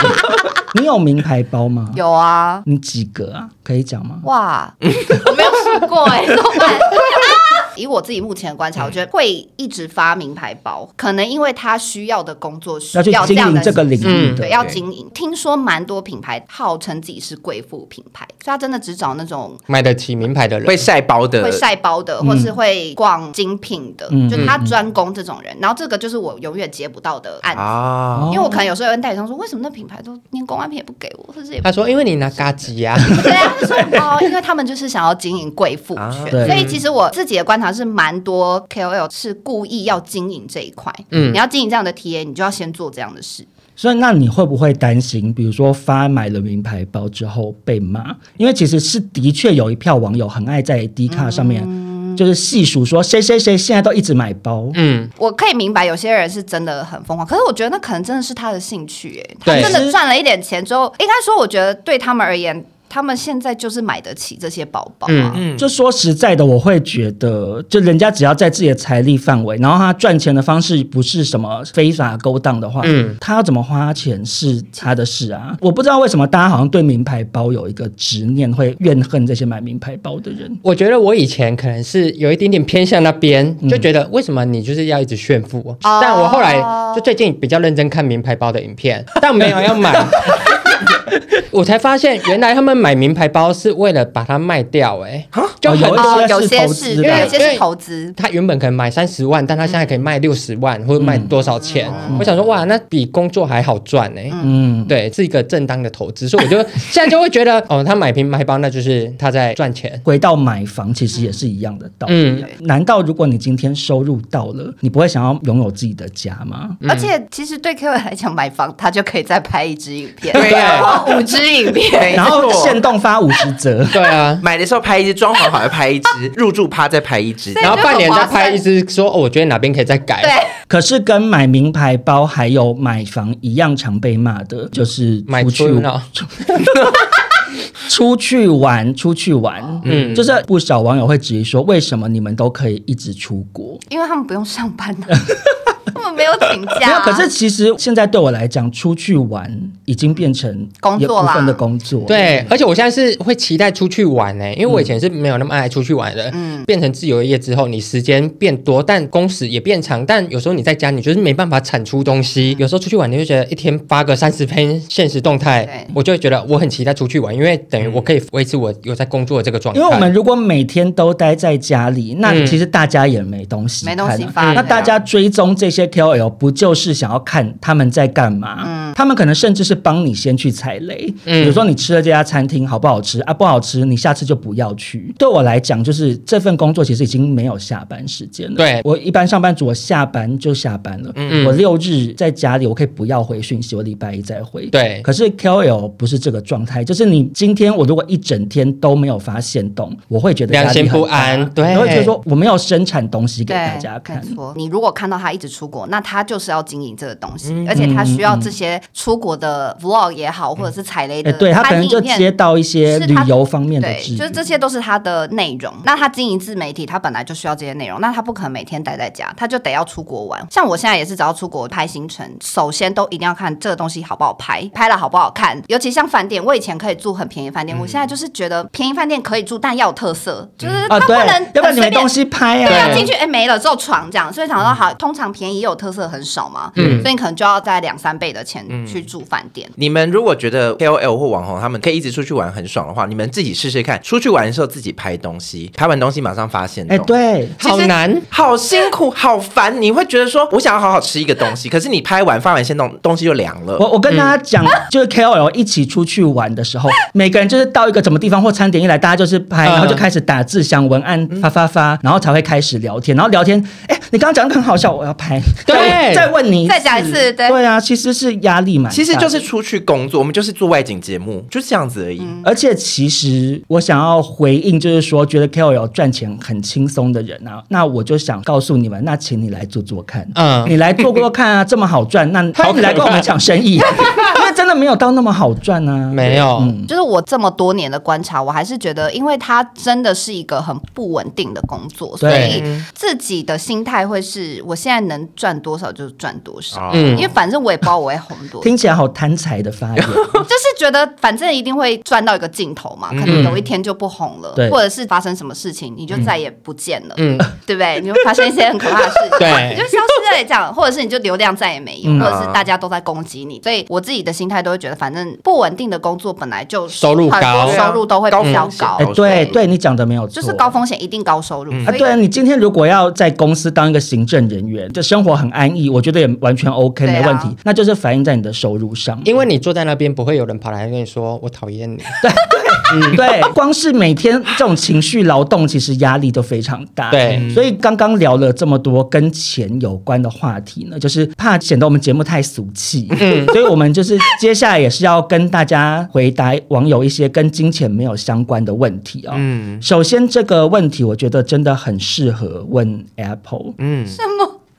[laughs]
你有名牌包吗？
有啊，
你几个啊？可以讲吗？
哇，我没有数过 [laughs] 哎、欸，怎么办？嗯以我自己目前的观察，我觉得会一直发名牌包，可能因为他需要的工作需
要去
这
经
样
营
的
这个领域
嗯
对，
的，
要经营。听说蛮多品牌号称自己是贵妇品牌，所以他真的只找那种
买得起名牌的人
会。晒包的，
会晒包的，或是会逛精品的，
嗯
就他专攻这种人。然后这个就是我永远接不到的案子，
啊，
哦
因为我可能有时候跟代理商说，为什么那品牌都连公关品也不给我，或是也不
他说：“因为你拿嘎子呀、
[laughs] 对啊，他说哦，因为他们就是想要经营贵妇圈，
啊
对
所以其实我自己的观察是，蛮多 KOL 是故意要经营这一块。
嗯
你要经营这样的 TA，你就要先做这样的事。
所以那你会不会担心，比如说发买了名牌包之后被骂？因为其实是的确有一票网友很爱在 D 卡上面，就是细数说谁谁谁现在都一直买包，
[laughs] 嗯，
我可以明白有些人是真的很疯狂，可是我觉得那可能真的是他的兴趣，哎，他
对
真的赚了一点钱之后，应该说，我觉得对他们而言，他们现在就是买得起这些包包啊。
嗯
就说实在的，我会觉得，就人家只要在自己的财力范围，然后他赚钱的方式不是什么非法勾当的话，
嗯
他要怎么花钱是他的事啊。我不知道为什么大家好像对名牌包有一个执念，会怨恨这些买名牌包的人。
我觉得我以前可能是有一点点偏向那边，就觉得为什么你就是要一直炫富？哦但我后来就最近比较认真看名牌包的影片， [laughs] 但没有要买。我才发现，原来他们买名牌包是为了把它卖掉、欸，哎，就
哦
很
有
多
哦，
些
有
是
些
投
是，
资的
对，有些
因为
是投资。
他原本可能买三十万，但他现在可以卖六十万或者卖多少钱？我想说，哇，那比工作还好赚哎呢、
嗯，
对，是一个正当的投资，所以我就 [laughs] 现在就会觉得，哦，他买名牌包，那就是他在赚钱。
回到买房其实也是一样的道理。
嗯，，
难道如果你今天收入到了，你不会想要拥有自己的家吗？
而且其实对 Q 来讲，买房他就可以再拍一支影片，
对
[laughs] 然后五支影片，
没
然后
错
限动发五十折
对
[laughs]
啊，
买的时候拍一支，装潢好再拍一支，入住趴再拍一支，
对
然后半年再
就很划
拍
算
一支，说哦，我觉得哪边可以再改。
[laughs] 对，
可是跟买名牌包还有买房一样常被骂的，就是
嗯买
出去
春啊了，
[laughs] 出去玩，出去玩，嗯，就是不少网友会质疑说，为什么你们都可以一直出国？
因为他们不用上班啊， [laughs] 他们没有请
[laughs]
假。
没有，可是其实现在对我来讲，出去玩已经变成
工作
一部分
啦
的工作。，
对，而且我现在是会期待出去玩呢、因为我以前是没有那么爱出去玩的。嗯，变成自由业之后，你时间变多，但工时也变长。但有时候你在家，你就是没办法产出东西。
嗯
有时候出去玩，你就觉得一天发个三十篇现实动态
对，嗯
我就会觉得我很期待出去玩，因为等于我可以维持我有在工作的这个状态。
因为我们如果每天都待在家里，那
嗯
其实大家也没东西看
没
啊、
东西发
那
对
大家追踪这些 KOL，不就是想要看他们在干嘛？
嗯
他们可能甚至是帮你先去踩雷，
嗯
比如说你吃了这家餐厅好不好吃啊？不好吃，你下次就不要去。对我来讲，就是这份工作其实已经没有下班时间了。
对嗯
我一般上班族，我下班就下班了。我六日在家里，我可以不要回讯息，我礼拜一再回。
对
可是 KOL 不是这个状态，就是你今天我如果一整天都没有发现动，我会觉得压力
良心
很
不
大
安对
你会觉得说我没有生产东西给
对，
大家看
没。错，你如果看到他一直出国，那他就是要经营这个东西，
嗯
而且他需要这些出国的 vlog 也好，或者是踩雷
哎，
的
对他可
餐
能
厅
就
影
接
片。
到一些
是
旅
他
游方面的
对，
质疑，
就是这些都是他的内容。那他经营自媒体，他本来就需要这些内容，那他不可能每天待在家，他就得要出国玩。像我现在也是，只要出国拍行程，首先都一定要看这个东西好不好拍，拍了好不好看。尤其像饭店，我以前可以住很便宜饭店，我现在就是觉得便宜饭店可以住，但要有特色，就是
嗯啊，
他不
对
能、
要不然你没
随便
东西拍
对，
啊
要。进去哎、没了，只有床这样，所以想说好，通常便宜也有特色很少嘛，
嗯
所以你可能就要在两三倍的钱去住饭店。
你们如果觉得 KOL 或网红他们可以一直出去玩很爽的话，你们自己试试看，出去玩的时候自己拍东西，拍完东西马上发现。
哎，，对，
好
哦
难，
好辛苦，好烦。你会觉得说，我想要好好吃一个东西，可是你拍完发完现动东西就凉了。
我我跟大家讲，就是 KOL 一起出去玩的时候，每个人就是到一个什么地方或餐点一来，大家就是拍，
嗯
然后就开始打字、想文案、发发发，然后才会开始聊天。然后聊天，哎，你刚刚讲的很好笑，我要拍，
对
再再问你，
再讲一次对
对啊，其实是压力蛮大的，
其实就是出去工作，我们就是做外景节目，就这样子而已。
而且其实我想要回应，就是说觉得 KOL 赚钱很轻松的人啊，那我就想告诉你们，那请你来做做看，
嗯
嗯，你来做做看啊，这么好赚，那欢迎你来跟我们抢生意，因为真的没有到那么好赚啊，
没有。
就是我这么多年的观察，我还是觉得，因为它真的是一个很不稳定的工作，所以
对
自己的心态会是我现在能赚多少就赚多少，
嗯
因为反正我也不知道我会红多久，
啊听起来好贪财的
[laughs]
发言，
就是觉得反正一定会赚到一个尽头嘛，可能有一天就不红了，
嗯对嗯
或者是发生什么事情你就再也不见了，
嗯
对不对？你会发生一些很可怕的事情，
对
你就消失了这样，或者是你就流量再也没有，
嗯
或者是大家都在攻击你，所以我自己的心态都会觉得，反正不稳定的工作本来就
收入
很多
高嗯
收入都会比较高
高
哎，，对
对
对，你讲的没有错，
就是高。风险一定高收入，
啊，
所以
对啊，你今天如果要在公司当一个行政人员，就生活很安逸，我觉得也完全 OK，、
对啊
没问题。那就是反映在你的收入上，
因为你坐在那边，不会有人跑来跟你说“我讨
[laughs]
厌你
对
嗯
对、对，光是每天这种情绪劳动，其实压力都非常大。
对嗯
所以刚刚聊了这么多跟钱有关的话题呢，就是怕显得我们节目太俗气，嗯， [laughs] 所以我们就是接下来也是要跟大家回答网友一些跟金钱没有相关的问题哦。嗯，首先这个问题，我觉得真的很适合问 Apple，
嗯，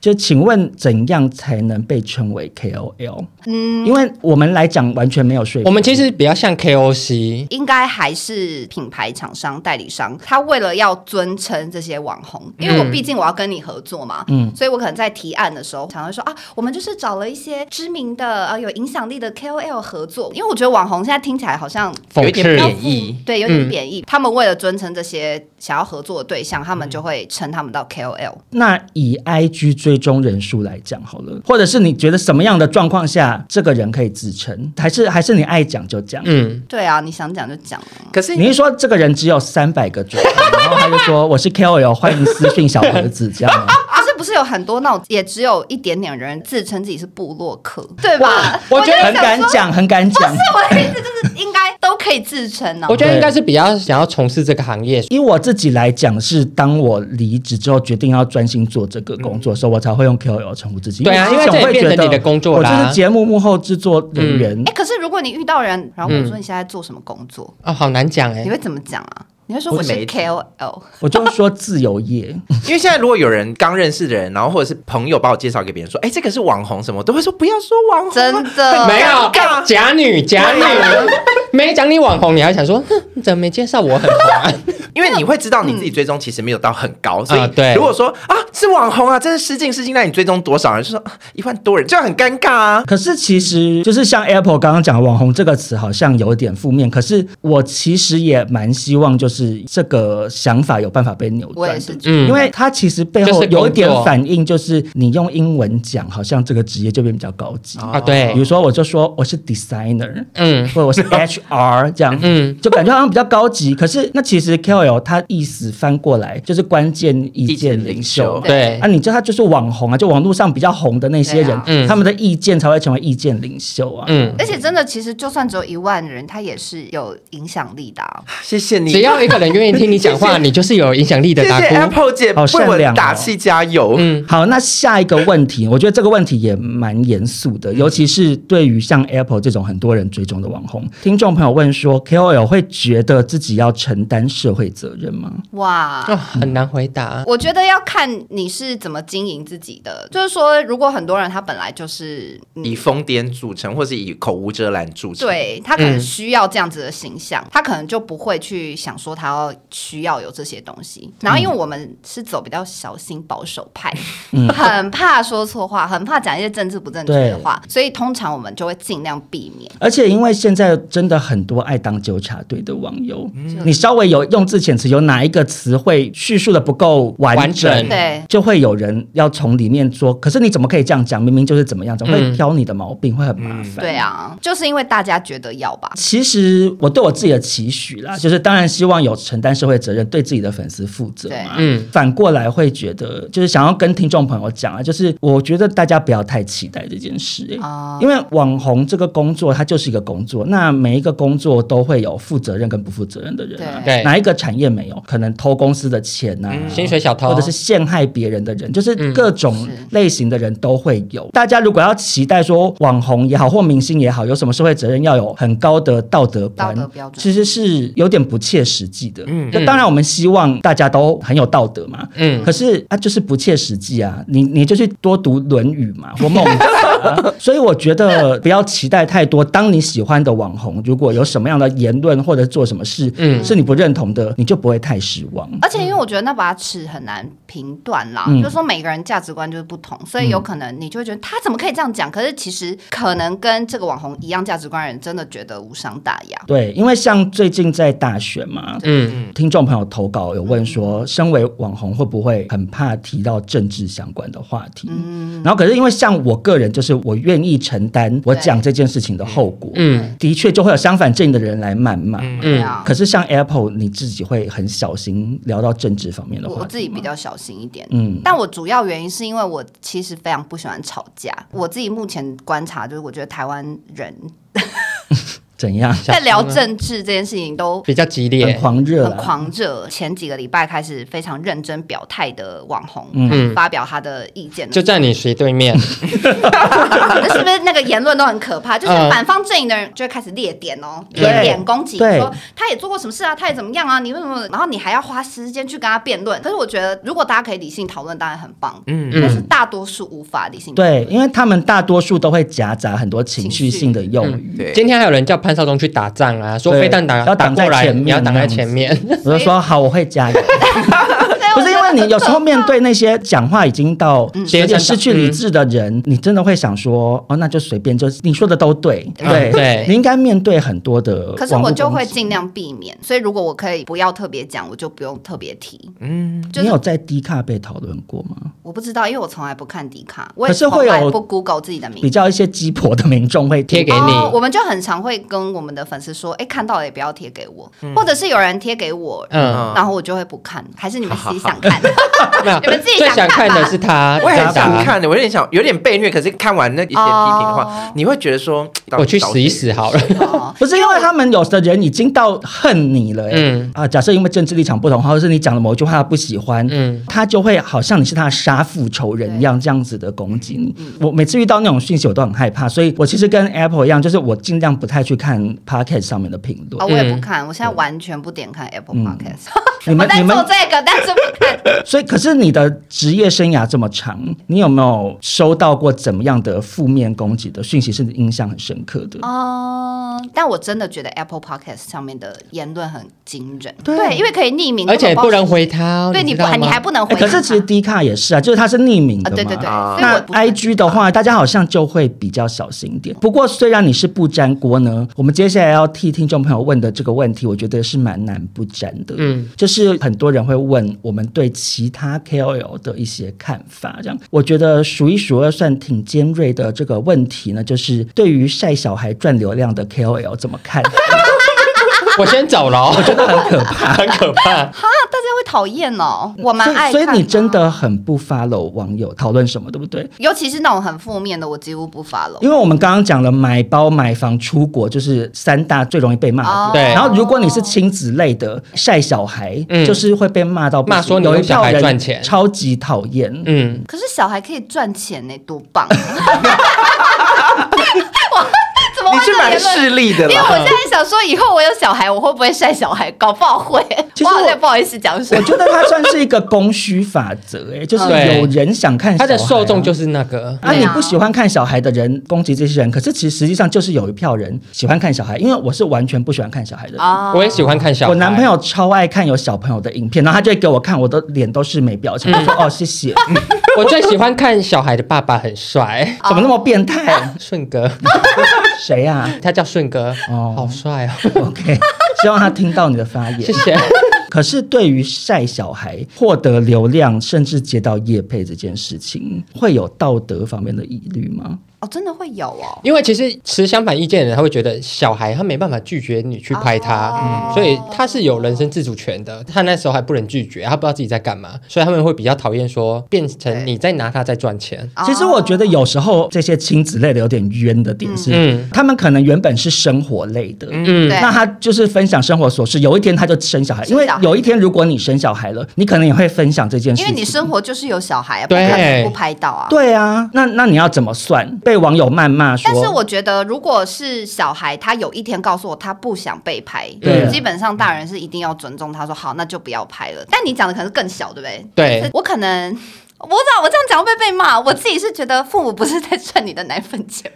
就请问怎样才能被称为 KOL？嗯，因为我们来讲完全没有说”。服
我们其实比较像 KOC，
应该还是品牌厂商、代理商，他为了要尊称这些网红，
嗯
因为我毕竟我要跟你合作嘛，嗯，所以我可能在提案的时候，常常说啊，我们就是找了一些知名的、呃有影响力的 KOL 合作，因为我觉得网红现在听起来好像
有
讽
一点
刺。
贬义。
对有
嗯
点贬义，他们为了尊称这些想要合作的对象，他们就会称他们到 KOL。
那以 IG 追踪人数来讲好了，或者是你觉得什么样的状况下这个人可以自称？还是还是你爱讲就讲？
嗯，
对啊，你想讲就讲啊，
可是
你是说这个人只有三百个追踪，然后他就说我是 KOL，欢迎私讯小盒子这样吗？
可啊是不是有很多那种也只有一点点人自称自己是部落客，对吧？
[laughs] 我觉得
就
很
想
敢
说
讲，很敢讲。
我的意思就是应该都可以自称啊呢、
我觉得应该是比较想要从事这个行业，
以我自己来讲，是当我离职之后决定要专心做这个工作的时候，我才会用 KOL 称呼自己。
嗯对啊
因为之前
因为这也
我会觉
变
得
成你的工作
我
啦嗯
就是节目幕后制作人员
哎、。可是如果你遇到人，然后我说你现在做什么工作，
哦，好难讲哎
你。会怎么讲啊？你会说
我
我是
是媒体
KOL，
我就说自由业，
因为现在如果有人刚认识的人，然后或者是朋友把我介绍给别人说，哎，这个是网红什么，我都会说不要说网红啊，
真的
没有假女假女，没讲你网红，你还想说，哼，你怎么没介绍我很红啊？
因为你会知道你自己追
嗯
踪其实没有到很高，所以
啊对
如果说啊是网红啊，真是失敬失敬，那你追踪多少人？就说啊一万多人，这样很尴尬啊。
可是其实就是像 Apple 刚刚讲“网红”这个词，好像有点负面。可是我其实也蛮希望，就是这个想法有办法被扭
我也
转
是
[laughs]
的。
觉
嗯
因为它其实背
就
后
是工作
有一点反应，就是你用英文讲，好像这个职业就变比较高级。
啊，对
比如，说，我就说我是 designer，
嗯
或者
[laughs]
我是 HR 这样，
嗯
就感觉好像比较高级。可是那其实 KOL 它意思翻过来就是关键意见领袖
意见领袖。
对
啊，你知道他就是网红啊，就网络上比较红的那些人，
对啊
嗯
他们的意见才会成为意见领袖啊。
嗯，
而且真的，其实就算只有一万人，他也是有影响力的、啊。
谢谢你，
只要一个人愿意听你讲话，你就是有影响力的
谢
大
谢
姑。
Apple 姐
好
为
善良
我
哦
打气加油。
啊嗯，
好，那下一个问题，我觉得这个问题也蛮严肃的，尤其是对于像 Apple 这种很多人追踪的网红，听众朋友问说，KOL 会觉得自己要承担社会责任吗？
哇，
哦，很难回答。
我觉得要看你是怎么经营自己的。就是说，如果很多人他本来就是、嗯
以疯癫著称，或是以口无遮拦著称。，
对他可能
嗯
需要这样子的形象，他可能就不会去想说他要需要有这些东西。然后，因为我们是走比较小心保守派，很怕说错话，很怕讲一些政治不正确的话，所以通常我们就会尽量避免。
而且因为现在真的很多爱当纠察队的网友，
嗯
你稍微有用字遣词，有哪一个词汇叙述的不够完整，
完整嗯
对，
就会有人要从里面说，可是你怎么可以这样讲？明明就是怎么样，怎么会挑你的毛病，会很麻烦。
嗯对。啊，就是因为大家觉得要吧，
其实我对我自己的期许啦，就是当然希望有承担社会责任，对自己的粉丝负责嘛。
对嗯
反过来会觉得，就是想要跟听众朋友讲啊，就是我觉得大家不要太期待这件事、欸
哦
因为网红这个工作它就是一个工作，那每一个工作都会有负责任跟不负责任的人、啊，
对嗯
哪一个产业没有？可能偷公司的钱呐、啊。
薪水小偷，
或者是陷害别人的人，就是各种
嗯是
类型的人都会有。大家如果要期待说网红也好或明星也好，有什么社会责任，要有很高的道德观，
道德标准
其实是有点不切实际的。嗯，那当然我们希望大家都很有道德嘛。
嗯
可是啊，就是不切实际啊！你你就去多读《论语》
[laughs]
嘛，或《孟子、啊所以我觉得不要期待太多。当你喜欢的网红如果有什么样的言论或者做什么事，嗯，是你不认同的，你就不会太失望。
而且因为我觉得那把尺很难评断啦，
嗯
就是说每个人价值观就是不同，所以有可能你就会觉得他怎么可以这样讲？可是其实可能跟这个网红一样价值观的人，真的觉得无伤大雅。
对，因为像最近在大选嘛，
嗯，
听众朋友投稿有问
嗯
说，身为网红会不会很怕提到政治相关的话题？
嗯
然后可是因为像我个人，就是我愿意承担我讲这件事情的后果，
嗯
的确就会有相反阵营的人来谩骂。
对啊，
可是像 Apple，你自己会很小心聊到政治方面的
我
话题
我自己比
吗
较小心一点。
嗯
但我主要原因是因为我其实非常不喜欢吵架。我自己目前观察，就是我觉得台湾人
怎样，
在聊政治这件事情都
啊比较激
很
烈，
狂啊热啦。
很狂热。前几个礼拜开始非常认真表态的网红，
嗯
发表他的意见，
就在你谁对面，
那是不是那个言论都很可怕？就是
嗯
反方阵营的人就会开始列点哦，
对
列点攻击，
对
说他也做过什么事啊，他也怎么样啊，你为什么？然后你还要花时间去跟他辩论。可是我觉得，如果大家可以理性讨论，当然很棒。
嗯，
但是大多数无法理性讨论
对，因为他们大多数都会夹杂很多情绪性的用语。
对。
今天还有人叫潘少忠去打仗啊，说
对
飞弹打
要
打
挡在
过来，
前面
你要挡
这
在
样子
前
[laughs]
面。
我就
嗯
说好，我会加油。不是
所以我
因
觉得
为你有时候
很
面对那些讲话已经到有点失去理
嗯
智的人，你真的会想说，哦，那就随便，就是你说的都对，对
嗯对
你应该面对很多的。
可是我就会，尽量避免，所以如果我可以不要特别讲，我就不用特别提。嗯，就
你
是
有在低卡被讨论过吗？
我不知道，因为我从来不看迪卡，我也
可是会
从来
有
不 Google 自己的名字
比。较一些鸡婆的民众会
贴给你
哦，我们就很常会跟我们的粉丝说，哎，看到了也不要贴给我，
嗯
或者是有人贴给我，
嗯，
然后我就会不看，还是
[laughs]
你们自己想看？
没有，
你们自己
最
想
想看
看吧
的是他，
我也很
打
想看的，我有点想，有点被虐，可是看完那一些批评的话
哦，
你会觉得说，到底
我去死一
[laughs]
死好了。
哦
不是因为他们有的人已经到恨你了、欸，
嗯
啊，假设因为政治立场不同，或者是你讲的某一句话他不喜欢，
嗯
他就会好像你是他的杀父仇人一样这样子的攻击你。我每次遇到那种讯息，我都很害怕，所以我其实跟 Apple 一样，就是我尽量不太去看 Pocket 上面的评论。
啊哦，我也不看，我现在完全不点开 Apple Podcast。
嗯你
我
们
在
你们
做这个，但是不看。 [laughs]
所以，可是你的职业生涯这么长，你有没有收到过怎么样的负面攻击的讯息，甚至印象很深刻的？
哦、但我真的觉得 Apple Podcast 上面的言论很惊人，
对
因为可以匿名，
而且
根本
不
知道
能回他哦，
对你
知
不 [laughs]
道吗，
你还不能回
哎
他、
可是其实 D 卡也是啊，就是它是匿名的
啊，
嘛。
对对对，
啊
所以我
那
也不
I G 的话，大家好像就会比较小心一点。不过，虽然你是不粘锅呢，我们接下来要替听众朋友问的这个问题，我觉得是蛮难不粘的。嗯，就是很多人会问我们对其他 K O L 的一些看法，这样我觉得数一数二算挺尖锐的这个问题呢，就是对于晒小孩赚流量的 K O L 怎么看？
我先走了哦，我觉得很可怕， [laughs] 很可怕。
哈，大家会讨厌哦， [laughs] 我蛮
所
爱
以，所以
看
你真。的很不 follow 网友讨论什么，对不对？
尤其是那种很负面的，我几乎不发了。
因为我们刚刚讲了买包、买房、出国，就是三大最容易被骂的地
哦
方。
对
然后如果你是亲子类的晒小孩，
嗯
就是会被骂到不行
骂说你
有一
用小
票
孩
人
赚钱
超级讨厌。
嗯，
可是小孩可以赚钱呢、多棒！我
[laughs]
怎么
你
会
是
这
蛮
言论？
势利的
因为我现
啦。
在想说，以后我有小孩，我会不会晒小孩？搞不好会。
其实
我
我
好像不好意思讲什
我
么。
觉得它算是一个供需法则、
[laughs]
哎，就是
对
有人想看小
他
孩啊、
的受众就是那个，
啊，
对啊
你不喜欢看小孩的人攻击这些人，可是其实实际上就是有一票人喜欢看小孩，因为我是完全不喜欢看小孩的人。
啊
我也喜欢看小孩。
我男朋友超爱看有小朋友的影片，然后他就会给我看，我的脸都是没表
嗯
情，我说哦谢谢，
我最喜欢看小孩的爸爸很帅，
怎么那么变
[laughs]
态？
顺哥，
[laughs] 谁呀、
他叫顺哥，
哦
好帅哦，
OK，希望他听到你的发
谢
言。
谢。
可是对于晒小孩、获得流量，甚至接到业配这件事情，会有道德方面的疑虑吗？
哦，真的会有哦。
因为其实持相反意见的人，他会觉得小孩他没办法拒绝你去拍他，
哦
嗯，所以他是有人身自主权的。他那时候还不能拒绝，他不知道自己在干嘛，所以他们会比较讨厌说变成你在拿他在赚钱。
哦
其实我觉得有时候这些亲子类的有点冤的点是，
嗯
他们可能原本是生活类的。
嗯
对
那他就是分享生活琐事，有一天他就生小孩，因为
生小孩
有一天如果你生小孩了，你可能也会分享这件事
因
情。
为你生活就是有小孩，啊不
对
可能不拍到啊。
对啊，那那你要怎么算？被网友谩骂说，
但是我觉得，如果是小孩，他有一天告诉我他不想被拍，
对
基本上大人是一定要尊重他说好，那就不要拍了。但你讲的可能是更小，对不对？
对，
我可能。我不知道我这样讲会不会被骂。我自己是觉得父母不是在赚你的奶粉
[laughs]
钱，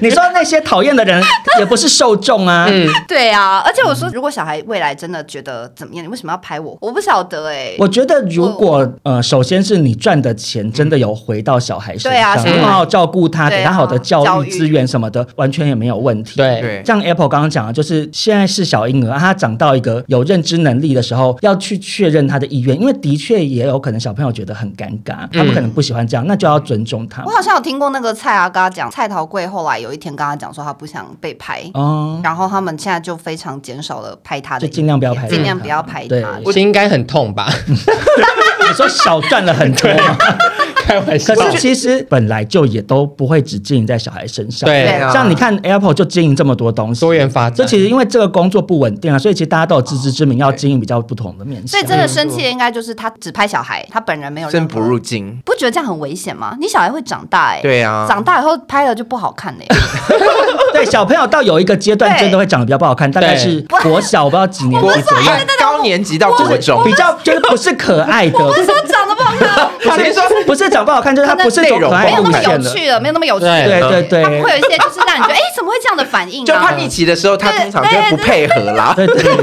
你说那些讨厌的人也不是受众啊，
对啊。而且我说，如果小孩未来真的觉得怎么样，你为什么要拍我？我不晓得哎、
我觉得，如果
哦
呃，首先是你赚的钱真的有回到小孩身
对啊
上，
是
好好照顾他，
对啊
给他好的教
教
育
育
资源什么的，完全也没有问题。
对
对，
像 Apple 刚刚讲的，就是现在是小婴儿，啊他长到一个有认知能力的时候，要去确认他的意愿，因为的确也有可能小朋友觉得很尴
嗯
尬，他们可能不喜欢这样，那就要尊重他
我。好像有听过那个蔡阿嘎讲，蔡桃贵后来有一天跟他讲说他不想被拍，
哦，
然后他们现在就非常减少了拍他的
就
影片，
尽量不要拍他
尽量不要拍
对
他。
心应该很痛
[laughs]
吧？
你说少赚了
[laughs]
很多 [laughs] 嘛，
啊开玩笑
可。是其实本来就也都不会只经营在小孩身上。
对啊
对
像你看 Apple 就经营这么多东西，
多元发展
这其实因为这个工作不稳定啊，所以其实大家都有自知之明，
哦
要经营比较不同的面
所
向
以。真的生气的应该就是他只拍小孩，他本人没有任
真
何
不入境。
不觉得这样很危险吗？你小孩会长大哎、
对啊
长大以后拍了就不好看欸
[laughs]
嘞、
[laughs] 对，小朋友到有一个阶段
对
真的会长得比较不好看，大概是国小不知道几年级
国
左右，
高年级到国中，
比较就是不是可爱的，
为什么长得不好看？啊
不是不是长不好看，就是他不是走可
没
爱
有
路
那么
线
有
了。
趣了，没有那么有趣了。
对
对对
他们会有一些就是让你觉得，哎、怎么会这样的反应、啊？
就叛逆期的时候，他通常就会不配合啦。
[laughs] 对对，对 [laughs]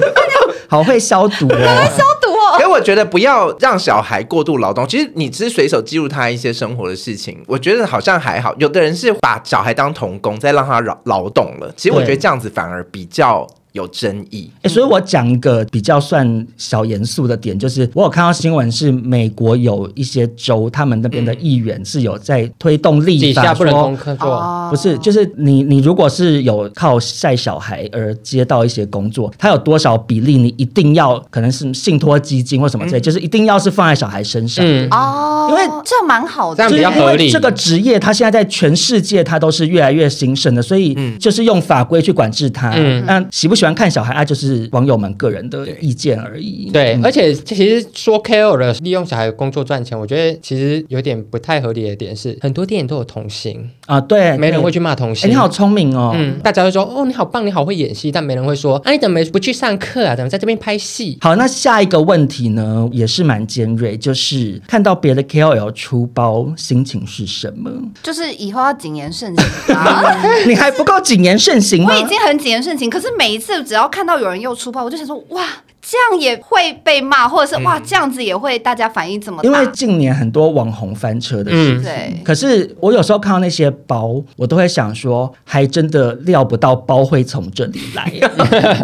好会消毒哦。
消毒哦。
[laughs] 可我觉得不要让小孩过度劳动。其实你只是随手记录他一些生活的事情，我觉得好像还好。有的人是把小孩当童工，再让他劳劳动了。其实我觉得这样子反而比较有争议。
欸所以我讲一个比较算小严肃的点，就是我有看到新闻是美国有一些州，他们那边的议员是有在推动立
嗯底
法
下不能
说
工。作
哦
不
做，
是，就是你，你如果是有靠晒小孩而接到一些工作，它有多少比例你一定要，可能是信托基金或什么之类，就是一定要是放在小孩身上。
嗯，
哦，
因为
这样蛮好
这
的
样。比较合理
因为这个职业它现在在全世界它都是越来越兴盛的，所以就是用法规去管制它。
嗯
那喜不喜欢欢看小孩啊，就是网友们个人的意见而已。
对，
嗯
而且其实说 KOL 的利用小孩工作赚钱，我觉得其实有点不太合理的点是，很多电影都有童星，
啊，对，
没人会
去。
去骂童
哎，
星。
你好聪明哦。
嗯，大家会说哦，你好棒，你好会演戏，但没人会说，啊，你怎么不去上课啊？怎么在这边拍戏？
好，那下一个问题呢，也是蛮尖锐，就是看到别的 KOL 出包，心情是什么？
就是以后要谨言慎
[laughs]
行啊。
你还不够谨言慎行吗
我？已经很谨言慎行，可是每一次只要看到有人又出包，我就想说，哇，这样也会被骂，或者是哇，这样子也会大家反应这么
嗯
大。
因为近年很多网红翻车的事情，
对，
可是我有时候看到那些包，我都会想说，还真的料不到包会从这里
[laughs]
来，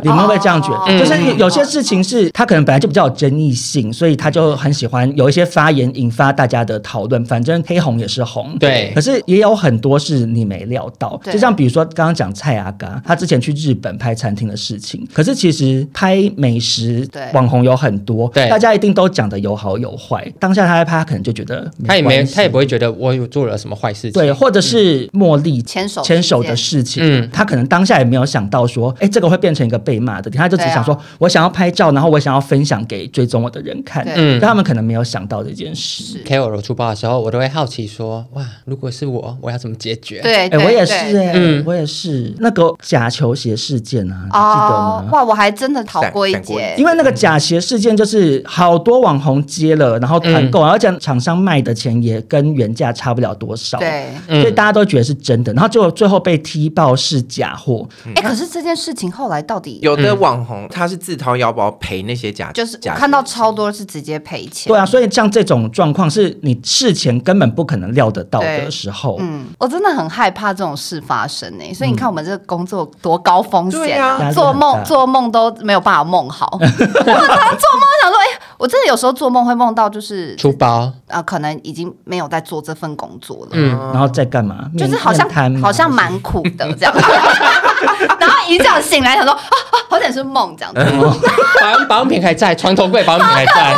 你们会不会这样觉得？
嗯
就是有有些事情是他可能本来就比较有争议性，所以他就很喜欢有一些发言引发大家的讨论。反正黑红也是红，
对
可是也有很多是你没料到，
对
就像比如说刚刚讲蔡阿嘎，他之前去日本拍餐厅的事情，可是其实拍美食
对
网红有很多，
对
大家一定都讲的有好有坏。当下他在拍，他可能就觉得
他也没，
关系
他也不会觉得我有做了什么坏事情。
对，或者是茉莉
牵手
牵手
事件
的事情，
嗯
他可能当下也没有想到说，哎、这个会变成一个被骂的点，他就只
对啊
想说、我想要拍照，然后我想要分享给追踪我的人看
对，
嗯
但他们可能没有想到这件事。
KOL 出包的时候，我都会好奇说，哇，如果是我，我要怎么解决？，
对，
哎、
对
我也是、
对
哎、
嗯
我也是那个假球鞋事件啊，你记得
哦
吗，？
哇，我还真的逃
闪
过一
闪过一
劫
因。为那个假鞋事件，就是好多网红接了，然后团
嗯
购，而且厂商卖的钱也跟原价差不了多少，
对，，哎、
所以大家都觉得是真的，然后结果最后被踢爆是假货，
哎可是这件事情后来到底
有的网红他是自掏腰包赔那些假，
嗯就是我
假
看到超多是直接赔钱。
对啊，所以像这种状况是你事前根本不可能料得到的
对
时候。
嗯，我真的很害怕这种事发生呢、所以你看我们这个工作多高风
对
险、
啊
嗯压力很
做
大
梦做梦都没有办法梦好。
[laughs]
我常常做梦想说，哎、我真的有时候做梦会梦到就是
出包。
啊、可能已经没有在做这份工作了。
然后再干嘛？
就是
面
好像
面瘫吗
好像蛮苦的这样， [laughs] 然后一觉醒来想说啊啊，好险是梦这样子。
嗯
保养保养品还在，床头柜 [laughs] 保养品还在。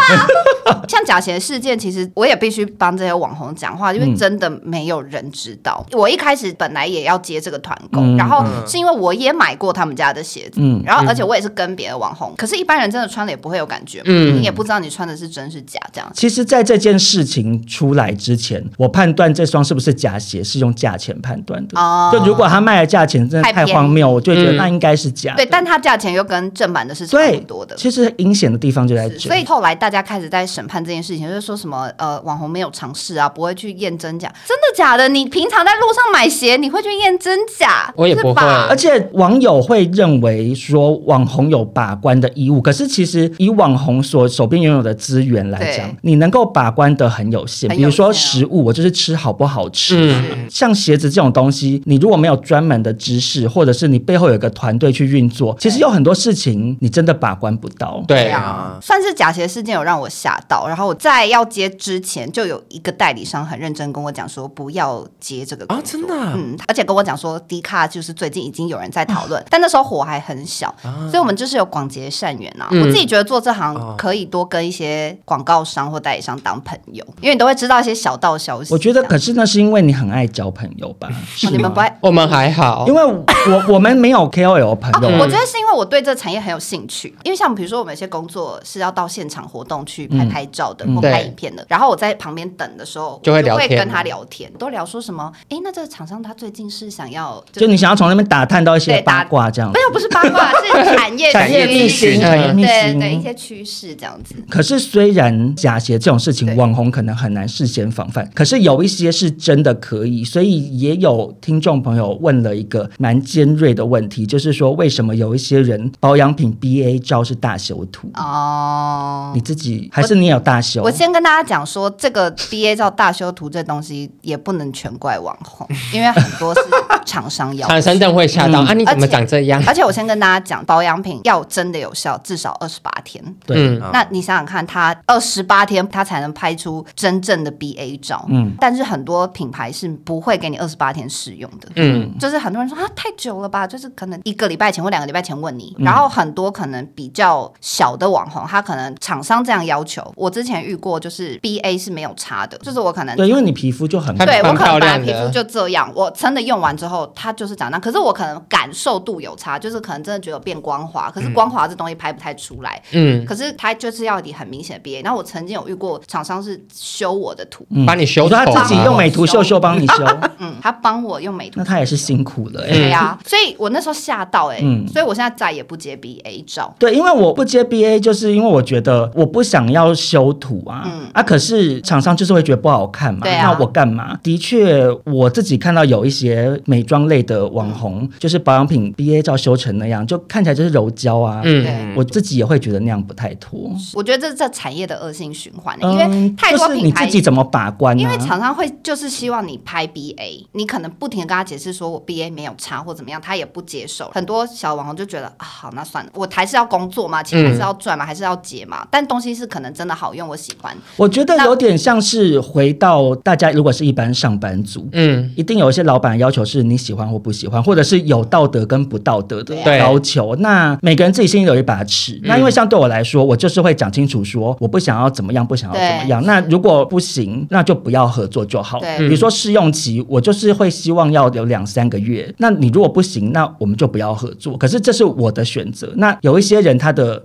像假鞋事件，其实我也必须帮这些网红讲话，
嗯
因为真的没有人知道。我一开始本来也要接这个团购，
嗯
然后是因为我也买过他们家的鞋子，
嗯
然后而且我也是跟别的网红，可是一般人真的穿了也不会有感觉嘛，
嗯
你也不知道你穿的是真是假这样。
其实，在这件事情出来之前，我判断这双是不是假鞋是用价钱判断的。
哦
就如果他卖的价钱真的太
太便宜
荒谬，我就会觉得
嗯
那应该是假的。
对，但它价钱又跟正版的是差不
对
多的，
其实阴险的地方就在这。
所以后来大家开始在审判这件事情，就是说什么呃网红没有尝试啊，不会去验真假，真的假的？你平常在路上买鞋，你会去验真假？
我也
是
不
吧
会啊
而且网友会认为说网红有把关的义务，可是其实以网红所手边拥有的资源来讲
对，
你能够把关的很有限。
很
比
有
如说
限
食
啊
物，我就是吃好不好吃。
嗯，
像鞋子这种东西，你如果没有专门的知识，或者是你背后有一个团队去运作，其实有很多事情你真的把关不到。
对
啊
啊，
算是假鞋事件有让我吓到，然后我在要接之前，就有一个代理商很认真跟我讲说不要接这个工
啊
作
真的啊
嗯，而且跟我讲说迪卡就是最近已经有人在讨
啊
论，但那时候火还很小，所以我们就是有广结善缘啊。
嗯
我自己觉得做这行可以多跟一些广告商或代理商当朋友，因为你都会知道一些小道消息。
我觉得，
这样
可是那是因为你很爱交朋友吧？是
哦你们
吗
不爱。
我们还好
因，为我我们没有 KOL 朋
哦
友，，
我觉得是因为我对这产业很有兴趣，因为像比如说我们有些工作是要到现场活动去拍拍照的、或
对
拍影片的，然后我在旁边等的时候，
就会
我
聊天
跟他聊天，都聊说什么？哎，那这个厂商他最近是想要
就你想要从那边打探到一些
对打
八卦这样
没。有不是八卦，是产业
产业
趋
秘
势
辛，
嗯
产业秘
对
辛，
对一些趋势这样子。
可是，虽然假鞋这种事情，
对
网红可能很难事先防范，可是有一些是真的可以，所以也有听众朋友问了一个蛮尖锐的问题，就是说为什么有一些人保养品 BA 照是大修图？
哦
你，自己还是你也有大修？
我先跟大家讲说，这个 B A 照大修图这东西也不能全怪网红，因为很多是厂
[laughs]
商要
产生灯会吓到
嗯
啊！你怎么长这样？
[laughs] 而且我先跟大家讲，保养品要真的有效，至少二十八天。
嗯
对，
啊
那你想想看，它二十八天它才能拍出真正的 BA 照，
嗯
嗯，但是很多品牌是不会给你二十八天试用的，
嗯，
就是很多人说啊太久了吧，就是可能一个礼拜前或两个礼拜前问你，然后很多可能比较小的网红，他可能厂商这样要求，哦。我之前遇过，就是 B A 是没有差的，就是我可能
对，因为你皮肤就很
对我
蛮
可
漂
能本来
亮
皮
的
肤就这样，我真的用完之后它就是长那样，可是我可能感受度有差，就是可能真的觉得有变光滑，可是光滑这东西拍不太出来，
嗯，
可是它就是要你很明显的 B A。然后我曾经有遇过厂商是修我的图，
嗯
把你修
我说他
丑
自己
啊
用美图秀秀帮你修， [laughs]
嗯，他帮我用美图
那，他也是辛苦了、欸。
对呀、所以我那时候吓到哎、
嗯
所以我现在再也不接 B A 照。
对，因为我不接 BA，就是因为我觉得我不想要修图啊，
嗯
啊，可是厂商就是会觉得不好看嘛，
对啊
那我干嘛？的确，我自己看到有一些美妆类的网
嗯
红，就是保养品 BA 照修成那样，就看起来就是柔焦啊，
嗯，
对，
我自己也会觉得那样不太妥。
我觉得这是这产业的恶性循环、欸因为
嗯，
太多
就是
品
你
牌
自。己怎么把
啊
关啊呢、
因为厂商会就是希望你拍 BA，你可能不停的跟他解释说我 BA 没有差或怎么样，他也不接受。很多小网红就觉得啊，好那算了，我还是要工作嘛，钱还是要赚嘛，还是要结
嗯
嘛。但东西是可能真的好用，我喜欢。
我觉得有点像是回到大家如果是一般上班族，
嗯，
一定有一些老板的要求是你喜欢或不喜欢，或者是有道德跟不道德的
啊
对
要求。那每个人自己心里有一把尺。那因为像对我来说，我就是会讲清楚说，我不想要怎么样，不想要怎么样。
对
那如果不行，那就不要合作就好。
对
比如说试用期，我就是会希望要有两三个月。那你如果不行，那我们就不要合作。可是这是我的选择。那有一些人他的。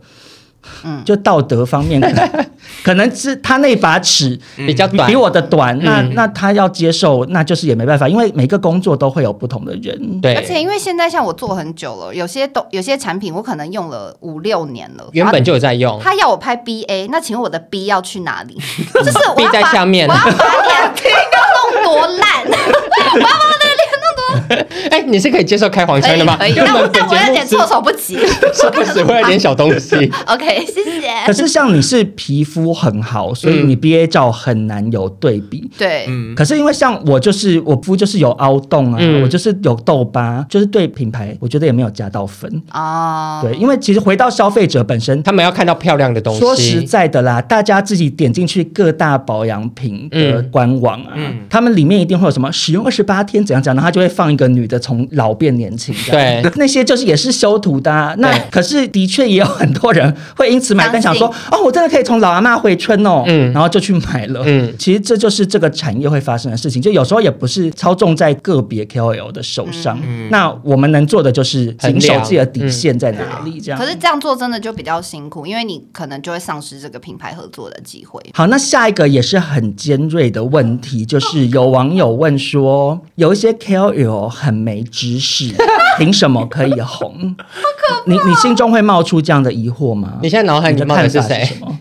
嗯
就道德方面，可
[laughs]
能可能是他那把尺
比较短
啊比，我的短，那
嗯
那他要接受，那就是也没办法，因为每个工作都会有不同的人。
对，
而且因为现在像我做很久了，有些都有些产品我可能用了五六年了，
原本就有在用，
他要我拍 B A，那请问我的 B 要去哪
[laughs]
里？就是我要
B 在
把
下面
我要把脸要弄多烂，
哎， [laughs] 你是可以接受开黄腔的吗？
哎可以，
因为
但
[laughs]
我
们
但
本
我有
节
点
目是
措手不及。
是不是会有点小东西？
[laughs] OK，谢
[laughs]
谢
可。是像你是皮肤很好，所
嗯
以你 B A 照很难有对比。
对，
可是因为像我就是我肤就是有凹洞啊，
嗯
我就是有痘疤，就是对品牌我觉得也没有加到分。
哦，
对，因为其实回到消费者本身， [laughs]
他们要看到漂亮的东西。
说实在的啦，大家自己点进去各大保养品的
嗯
官网啊，
嗯
他们里面一定会有什么使用二十八天怎样讲，然后他就会放一个女的从老变年轻这样。那些就是也是修图的、啊。那
对
可是的确也有很多人会因此买单，想
相信
说哦，我真的可以从老阿妈回春哦，
嗯
然后就去买了。
嗯
其实这就是这个产业会发生的事情，就有时候也不是操纵在个别 KOL 的手上。
嗯
那我们能做的就是谨守自己的底线在哪里，这样。
可是这样做真的就比较辛苦，因为你可能就会丧失这个品牌合作的机会。 [laughs]
好，那下一个也是很尖锐的问题，
哦
就是有网友问说，有一些 KOL 很没知
[laughs]
识，凭什么可以红？你你心中会冒出这样的疑惑吗？
你现在脑海
你
里
的
冒的
看
是
法
谁？
什么？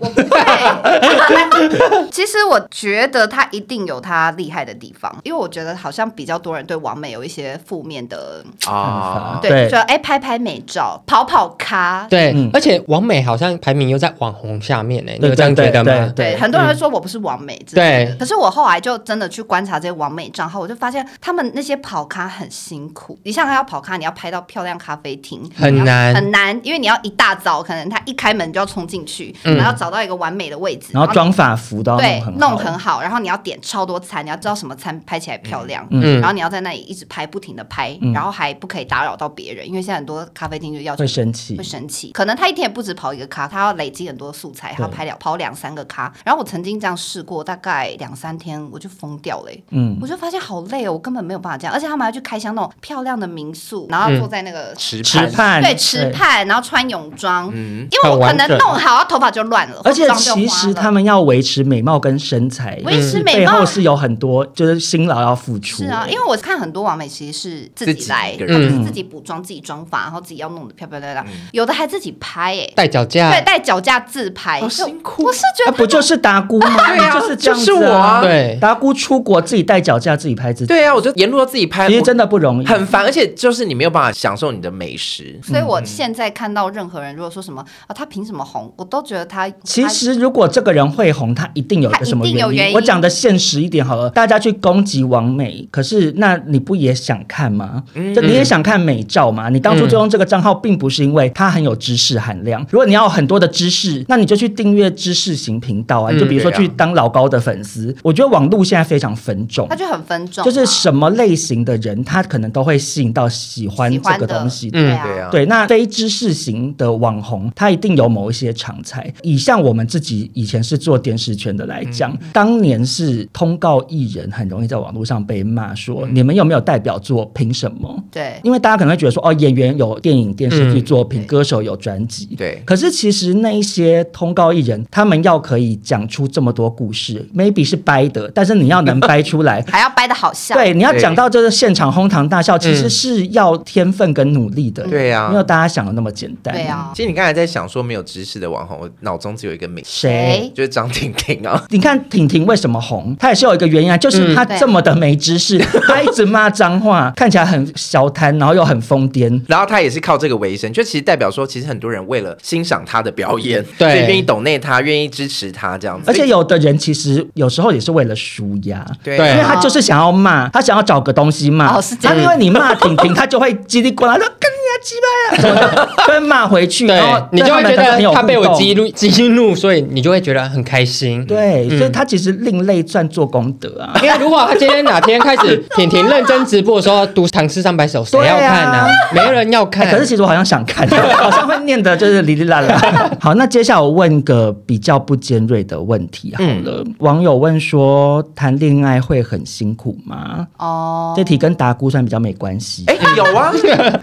其实我觉得他一定有他厉害的地方，因为我觉得好像比较多人对完美有一些负面的，
啊，
对，
对
就觉得哎拍拍美照、跑跑咖，
对
嗯，
而且王美好像排名又在网红下面呢，你有
对
这样
对
觉得
对嗯
吗？
对，很多人会说我不是完美之类的。可是我后来就真的去观察这些完美账号，我就发现他们那些跑咖很辛苦。你想想要跑咖，你要拍到漂亮咖啡厅
很
你要
难
很难，因为你要一大早，可能他一开门就要冲进去，嗯然后找到一个完美的位置，
然后妆法服都要
对
弄很
弄
好
很好，然后你要点超多餐，你要知道什么餐拍起来漂亮，
嗯
然后你要在那里一直拍，不停的拍，然后还不可以打扰到别人，因为现在很多咖啡厅就要
嗯
求
会生气
会。生气。可能他一天也不止跑一个咖，他要累积很多素材，他要拍两跑两三个咖。然后我曾经这样试过，大概两三天我就疯掉嘞、
嗯，
我就发现好累哦，我根本没有办法这样，而且他们还去开箱那种漂亮的民宿，然后坐在那个、
吃
池畔
对池，畔，然后穿泳装，
嗯，
因为我可
很
能
完整
弄好头发就乱了，
而且
或妆就花
其实
了
他们要维持美貌跟身材，
维持美
背
貌
后是有很多就是辛劳要付出。
是啊，因为我看很多网美其实是自
自
己
己
来，
一
他
个
们
人
是自己补妆、自己妆发，然后自己要弄得漂漂亮亮，
嗯
有的还自己拍诶、
带脚架，
对，带脚架自拍，
好
就
辛苦
我是觉
那啊
得
不就是达姑吗？对
啊
就是这样子
就是我啊
对
达姑出国自己带脚架，自己拍自己，
对啊，我就沿路都自己拍，
其实
我
真的不容易。
很烦，而且就是你没有办法享受你的美食。
所
嗯
以我现在看到任何人如果说什么啊，他凭什么红，我都觉得他
其实，如果这个人会红，他一定有一个什么
他一定有原因
我讲的现实一点好了，大家去攻击王美，可是那你不也想看吗？就你也想看美照嘛？你当初就用这个账号，并不是因为它很有知识含量。如果你要很多的知识，那你就去订阅知识型频道啊，你就比如说
对啊
去当老高的粉丝。我觉得网络现在非常分众
他，就很分众啊，
就是什么类型的人，他可能都会吸引到喜欢
喜
这
欢
个
的
东西的
对
对
啊，
啊，
对，那非知识型的网红，他一定有某一些常才。以像我们自己以前前是做点石权的来讲，
嗯
当年是通告艺人很容易在网络上被骂说，你们有没有代表作？凭什么？
嗯对，
因为大家可能会觉得说，哦，演员有电影、电视剧
嗯
作品，
对。
歌手有专辑，
对
可是其实那一些通告艺人，他们要可以讲出这么多故事，maybe 是掰的，但是你要能掰出来
还要掰的好 [laughs] 笑。
对，你要
对
讲到这个现场哄堂大笑，其实
嗯
是要天分跟努力
嗯
的，
对
啊
啊呀
没有大家想的那么简单。
对，啊，
其实你刚才在想说没有知识的网红，我脑中只有一个名，
谁？
谁
就是张婷婷啊。
你看婷婷为什么红，她也是有一个原因啊，就是她
嗯
这么的没知
[laughs]
识，她一直骂脏话，看起来很小贪，然后又很疯癫。
然后他也是靠这个为生，就其实代表说，其实很多人为了欣赏他的表演，
对
所以愿意懂内他，愿意支持他这样子。
而且有的人其实有时候也是为了舒压，
对啊
对
因为他就是想要骂，他想要找个东西骂。
哦是这样
他因为你骂婷
[laughs]
婷，他就会叽里呱啦说跟你家鸡巴呀，什么的就会骂回去，嗯然后
对你就会觉
对们可能很有
得他被
互
我
动
激怒激怒，所以你就会觉得很开心。
对，
嗯
所以他其实另类算做功德啊。
因为如果他今天哪天开始婷婷认真直播的时候读《唐诗三百首》，谁要看啊？没人要看。
哎可是其实我好像想看，好像会念的就是哩哩啦
[laughs]
啦。好，那接下来我问个比较不尖锐的问题好了。
嗯
网友问说，谈恋爱会很辛苦吗？
哦，
这题跟达姑算比较没关系。
哎、有
[laughs]
啊，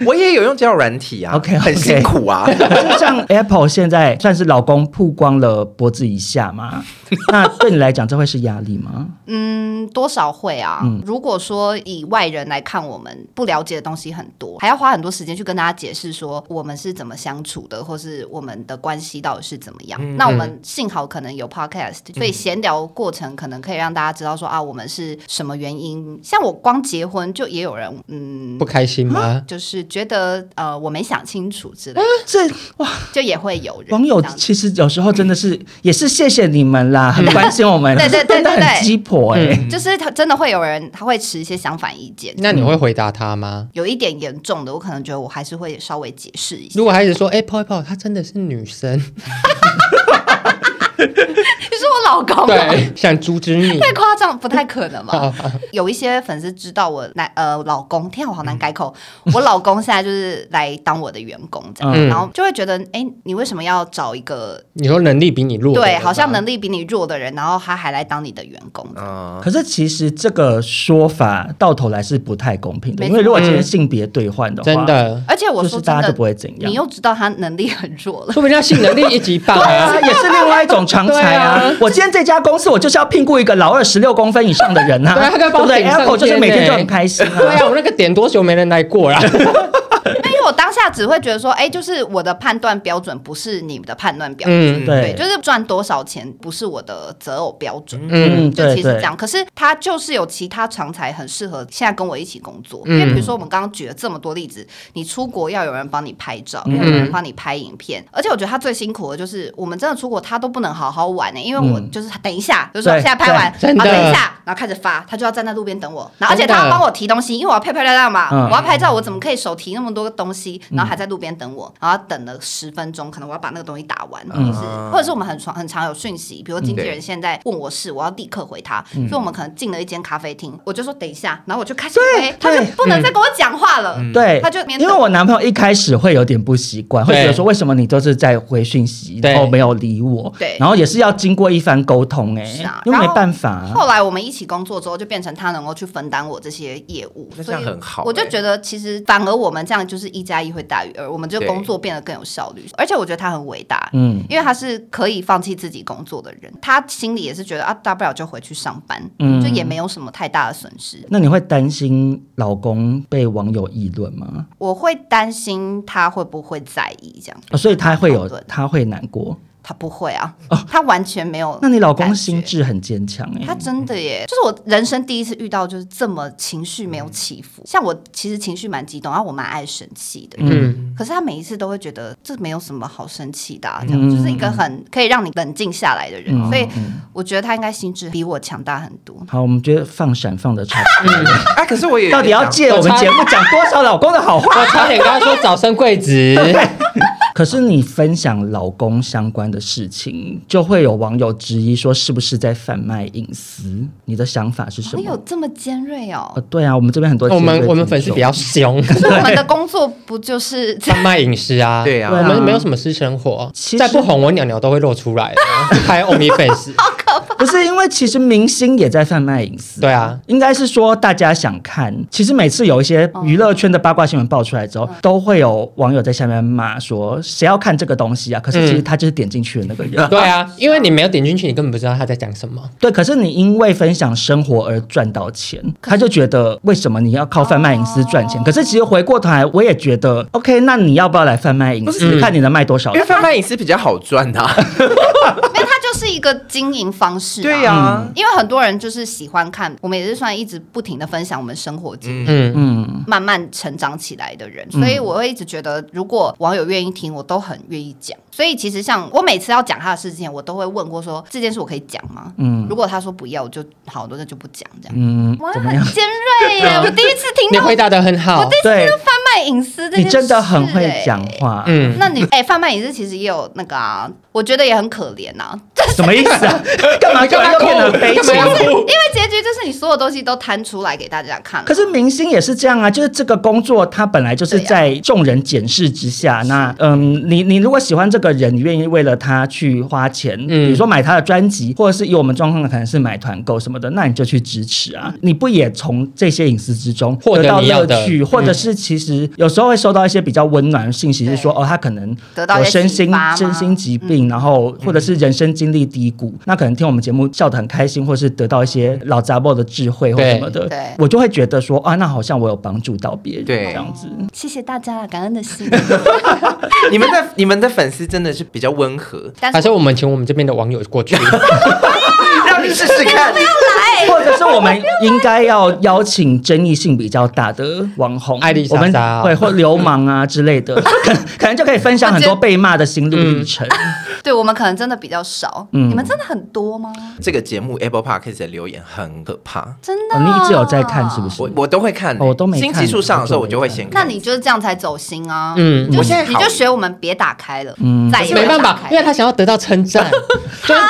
我也有用交友软体啊
OK，OK
很辛苦啊。
可是像 Apple 现在算是老公曝光了脖子以下
[laughs]
嘛，那对你来讲这会是压力吗？
嗯，多少会啊。如果说以外人来看，我们不了解的东西很多，还要花很多时间去跟大家解释说我们是怎么相处的，或是我们的关系到底是怎么样。那我们幸好可能有 podcast，、所以闲聊过程可能可以让大家知道说啊，我们是什么原因。像我光结婚就也有人嗯
不。开心吗？
嗯
就是觉得呃，我没想清楚之类的，
这
就也会有人
网友
这样子
其实有时候真的是也是谢谢你们啦，很关心我们，
嗯对对对
真的
对对
很鸡婆哎、
就是他真的会有人他会持一些相反意见，
那你会回答他吗？
有一点严重的，我可能觉得我还是会稍微解释一下。
如果孩子说：“哎、泡一泡，她真的是女生。
你是我老”公吗？
[laughs] 对，想阻止你。
太夸张，不太可
[laughs]
能嘛。
啊
有一些粉丝知道我男呃老公，天啊，我好难改口。
嗯
我老公现在就是来当我的员工这样，
嗯
然后就会觉得，哎、你为什么要找一个
你说能力比你弱的人
对
吧，
好像能力比你弱的人，然后他还来当你的员工？
嗯，
啊可是其实这个说法到头来是不太公平的，
没
因为如果今天
嗯
性别兑换的话，
真的，
而且我
就
说
是
真
大家
的，
都不会怎样
你。又知道他能力很弱了。 [laughs]
说不定他性能力一级棒
[laughs]
啊
啊，。也是另外一种常才啊！
对啊
我今天这家公司，我就是要聘雇一个老二十六公分以上的人啊，
[laughs] 对啊他可以帮
不
我
对
顶上
？Apple 就是每天
天
就
欸
很开心啊。
对啊，我那个点多久没人来过啊啦？
因为我当下只会觉得说，哎、就是我的判断标准不是你们的判断标准，
嗯
对，
对，
就是赚多少钱不是我的择偶标准。
嗯，
嗯，
就
对
其实这
对，
样，可是他就是有其他常才很适合现在跟我一起工作，
嗯
因为比如说我们刚刚举了这么多例子，你出国要有人帮你拍照，
嗯
要有人帮你拍影片，而且我觉得他最辛苦的就是我们真的出国他都不能好好玩欸呢、因为我就是等一下，就是说
对
现在拍完，
嗯对
然后
真的
等一下，然后开始发，他就要站在路边等我，然后而且
真的
他要帮我提东西，因为我要漂漂亮亮嘛，
嗯
我要拍照，我怎么可以手提那么多东西，然后还在路边等我，然后等了十分钟，可能我要把那个东西打完，
嗯
或者是或者是我们很常很常有讯息，比如经纪人现在问我事，我要立刻回他，
嗯
所以我们可能进了一间咖啡厅，我就说等一下，然后我就开始
对
推，他就
对
不能再跟我讲话了，
嗯
对，
他就面对
因为我男朋友一开始会有点不习惯，会
对
觉得说为什么你都是在回讯息，
对
然后没有理我，
对
然后也是要经过一番沟通、
是
哎
啊、
因为没
然后
办法、啊。
后来我们一起工作之后，就变成他能够去分担我这些业务，
那这
所以
样很好
我就
欸
觉得其实反而我们这样就是一加一会大于二，我们就
对
工作变得更有效率。而且我觉得他很伟大，
嗯
因为他是可以放弃自己工作的人，他心里也是觉得啊，大不了就回去上班，
嗯
就也没有什么太大的损失。
那你会担心老公被网友议论吗？
我会担心他会不会在意这样，
哦所以他会有
讨论，
他会难过。
他不会啊，他完全没有。
那你老公心？智很坚强哎、
他真的耶，就是我人生第一次遇到就是这么情绪没有起伏。像我其实情绪蛮激动，然后我蛮爱生气的，
嗯，
可是他每一次都会觉得这没有什么好生气的、啊，这样、就是一个很可以让你冷静下来的人，所以我觉得他应该心智比我强大很多。
好，我们觉得放闪放的差不多，
嗯
啊，可是我
[laughs]
也
到底要
借。
借我们节目讲多少老公的好话？ [laughs]
[laughs] 我差点刚刚说早生贵子，
可是你分享老公相关的事情，就会有网友质疑说是不是在贩卖隐私？你的想法是什
网友
么？
这么尖锐哦
呃，，对啊，我们这边很多
我
尖
们
锐
我们
听
粉丝
众
比较凶，
那我们的工作不就是
[laughs]
[laughs]
贩卖隐私啊，
对啊
我们没有什么私生活
其，实
再不红我鸟鸟都会露出来的，还有 OnlyFans，
不是因为其实明星也在贩卖隐私，
对啊，
应该是说大家想看。其实每次有一些娱乐圈的八卦新闻爆出来之后，都会有网友在下面骂说谁要看这个东西啊？可是其实他就是点进去的那个人。 [laughs]
对啊，因为你没有点进去，你根本不知道他在讲什么。
对，可是你因为分享生活而赚到钱，他就觉得为什么你要靠贩卖隐私赚钱？可是其实回过头来，我也觉得 OK，那你要不要来贩卖隐私？看你能卖多少
因为
钱。
贩卖隐私比较好赚啊。
因为它就是一个经营方式、啊。
[laughs] 对呀、
因为很多人就是喜欢看，我们也是算一直不停的分享我们生活经历，
嗯，
嗯，
慢慢成长起来的人，所以我会一直觉得，如果网友愿意听，我都很愿意讲。所以其实像我每次要讲他的事情，我都会问过说这件事我可以讲吗？嗯，如果他说不要，我就好多那就不讲这样。嗯，哇，很尖锐
啊
耶！我第一次听
你
到
回答的很好，
对，
贩卖隐私这
你
件事、欸
真的很会讲。话。
嗯，
那你哎，贩、卖隐私其实也有那个啊，我觉得也很可怜呐、啊。
什么意思啊？干嘛干嘛要变得悲情？
因为结局就是你所有东西都摊出来给大家看了。
可是明星也是这样啊，就是这个工作，他本来就是在众人检视之下。那嗯，你你如果喜欢这个人，你愿意为了他去花钱，比
嗯
如说买他的专辑，或者是以我们状况可能是买团购什么的，那你就去支持啊。
嗯
你不也从这些隐私之中
获得
到
你要
乐
的
趣，
嗯
或者是其实有时候会收到一些比较温暖的信息，是说哦，他可能
得到一
有
些
身
启
心
发吗嗯
身心疾病，然后或者是人生经历低谷，那可能听我们节目笑得很开心，或是得到一些老杂货的智慧或
对
什么的，
对
我就会觉得说啊，那好像我有帮助到别人，
对
这样子。
谢谢大家啦，感恩的心。
你们的你们的粉丝真的是比较温和，
但
还
是
是我们请我们这边的网友过去，
让你试试看。
或者是我们应该要邀请争议性比较大的网红，
艾丽莎
我们
莎啊
对或流氓啊之类
[laughs]
的，可可能就可以分享很多被骂的心路历
[laughs]
程。
对我们可能真的比较少，你们真的很多吗？
这个节目 Apple Podcast 的留言很可怕，
真的、啊
哦，你一直有在看是不？是
我？我都会看、
哦我都没看
新技术上的时候，我就会先
那
看。
你就是这样才走心啊。
嗯
就
我
是
现在
你
好
就学我们，别打开了，嗯，再也不
没
要
办
打
法，
开啊
因为他想要得到称
[laughs]
赞，就是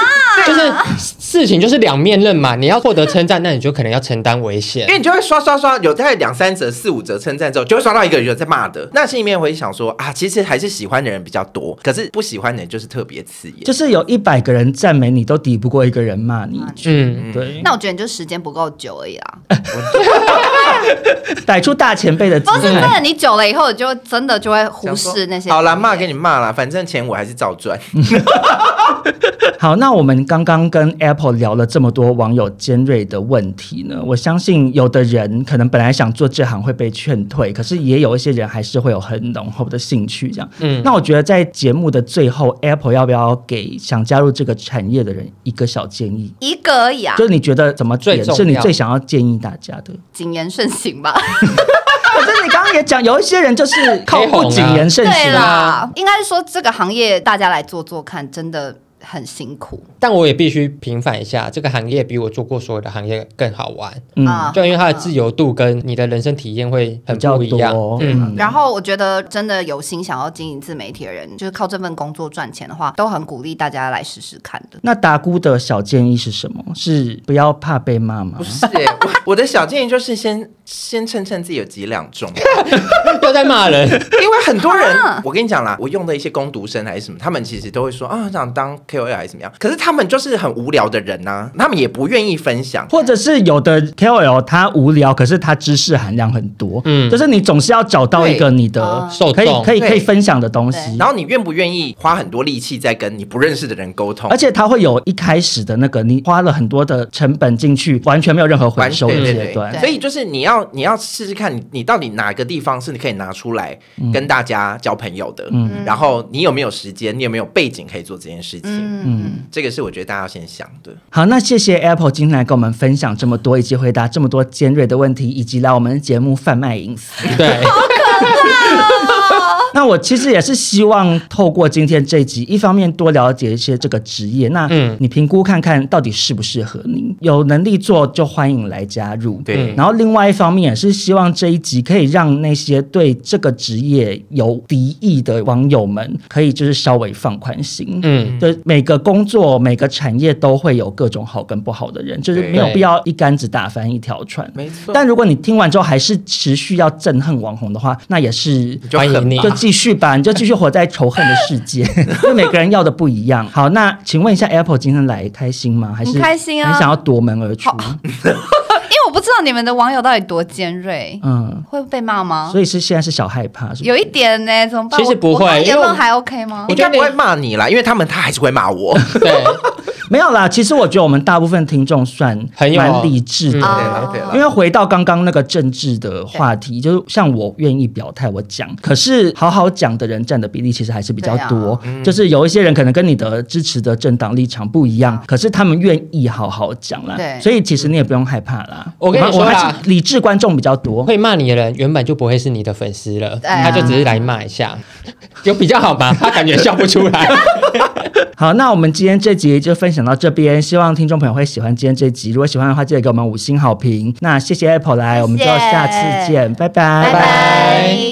就是事情就是两面刃嘛，你要获得称赞，那你就可能要承担危险
因。为你就会刷刷刷，有大概两三折、四五折称赞之后，就会刷到一个人在骂的。那心里面会想说啊，其实还是喜欢的人比较多，可是不喜欢的人就是特别刺眼。
就是有一百个人赞美你，都抵不过一个人骂你。
嗯，
对， [laughs]
那我觉得你就时间不够久而已啦。
逮出大前辈的姿
不是真
态。
的，你久了以后，你就真的就会忽
想说
视那些。
好啦，骂给你骂啦，反正钱我还是照
[laughs]
赚。
好，那我们刚刚跟 Apple 聊了这么多网友尖锐的问题呢，我相信有的人可能本来想做这行会被劝退，可是也有一些人还是会有很浓厚的兴趣这样。嗯，那我觉得在节目的最后，Apple 要不要给想加入这个产业的人一个小建议？
一个而已啊
就，是你觉得怎么点
最重
是你
要
最想要建议大家的？啊
谨言慎行吧。
可是你刚刚也讲，有一些人就是靠不谨言慎
对
行啊。
啦，应该是说这个行业大家来做做看，真的很辛苦。
但我也必须平反一下，这个行业比我做过所有的行业更好玩，
嗯
啊
就因为它的自由度跟你的人生体验会很
比较
不一样。
多，
嗯，
嗯，
然后我觉得，真的有心想要经营自媒体的人，就是靠这份工作赚钱的话，都很鼓励大家来试试看的。
那达姑的小建议是什么？是不要怕被骂吗
不？是、我我的小建议就是先先称称自己有几两
[laughs]
重，
又在骂人，
因为很多人，
啊
我跟你讲啦，我用的一些工读生还是什么，他们其实都会说啊，想当 KOL 还是怎么样，可是他们就是很无聊的人呐、他们也不愿意分享。
或者是有的 KOL 他无聊，可是他知识含量很多，嗯，就是你总是要找到一个你的
哦
受
可以
众
可以可以
对
分享的东西
对，
然后你愿不愿意花很多力气在跟你不认识的人沟通？
而且他会有一开始的那个你花了很多的成本进去，完全没有任何回
完
收的
对对
阶
对
段
对。
所以就是你要你要试试看你，你到底哪个地方是你可以拿出来跟大家交朋友的，然后你有没有时间，你有没有背景可以做这件事情，
嗯，
这个是我觉得大家要先想的。
好，那谢谢 Apple 今天来跟我们分享这么多，以及回答这么多尖锐的问题，以及来我们节目贩卖隐私。
对，
那我其实也是希望透过今天这一集，一方面多了解一些这个职业，那
嗯
你评估看看到底适不适合你，有能力做就欢迎来加入。
对
然后另外一方面也是希望这一集可以让那些对这个职业有敌意的网友们，可以就是稍微放宽心。
嗯，
就是每个工作、每个产业都会有各种好跟不好的人，就是没有
对
必要一竿子打翻一条船。
没错
但如果你听完之后还是持续要憎恨网红的话，那也是
就
欢迎
很
你
就继续
[laughs]
吧，你就继续活在仇恨的世界， [laughs] 因为每个人要的不一样。好，那请问一下，Apple 今天来开心吗？还是
很开心啊
很想要夺门而出？
因为我不知道你们的网友到底多尖锐，
嗯，
会被骂吗？
所以是现在是小害怕，是不是
有一点呢、怎么办？
其实
我
不会
我刚刚言
因为
论
我
还 OK 吗
我？
应
觉
该
得
不会骂你啦，因为他们他还是会骂我。
对，
没有啦。其实我觉得我们大部分听众算
很有
蛮理智的
哦
对
嗯。
啦，对
因
啦。
为回到刚刚那个政治的话题，就是像我愿意表态，我讲，可是好好讲的人占的比例其实还是比较多。就是有一些人可能跟你的支持的政党立场不一样，可是他们愿意好好讲啦。
对
所以其实你也不用害怕啦。
嗯我跟你说啊
我
啦
还是理智观众比较多。
[laughs] 会骂你的人原本就不会是你的粉丝了，
对啊
他就只是来骂一下，有比较好吧？他感觉笑不出来。
好，那我们今天这集就分享到这边，希望听众朋友会喜欢今天这集。如果喜欢的话，记得给我们五星好评。那谢谢 Apple 来，我们就
谢谢
下次见，拜拜，
拜拜。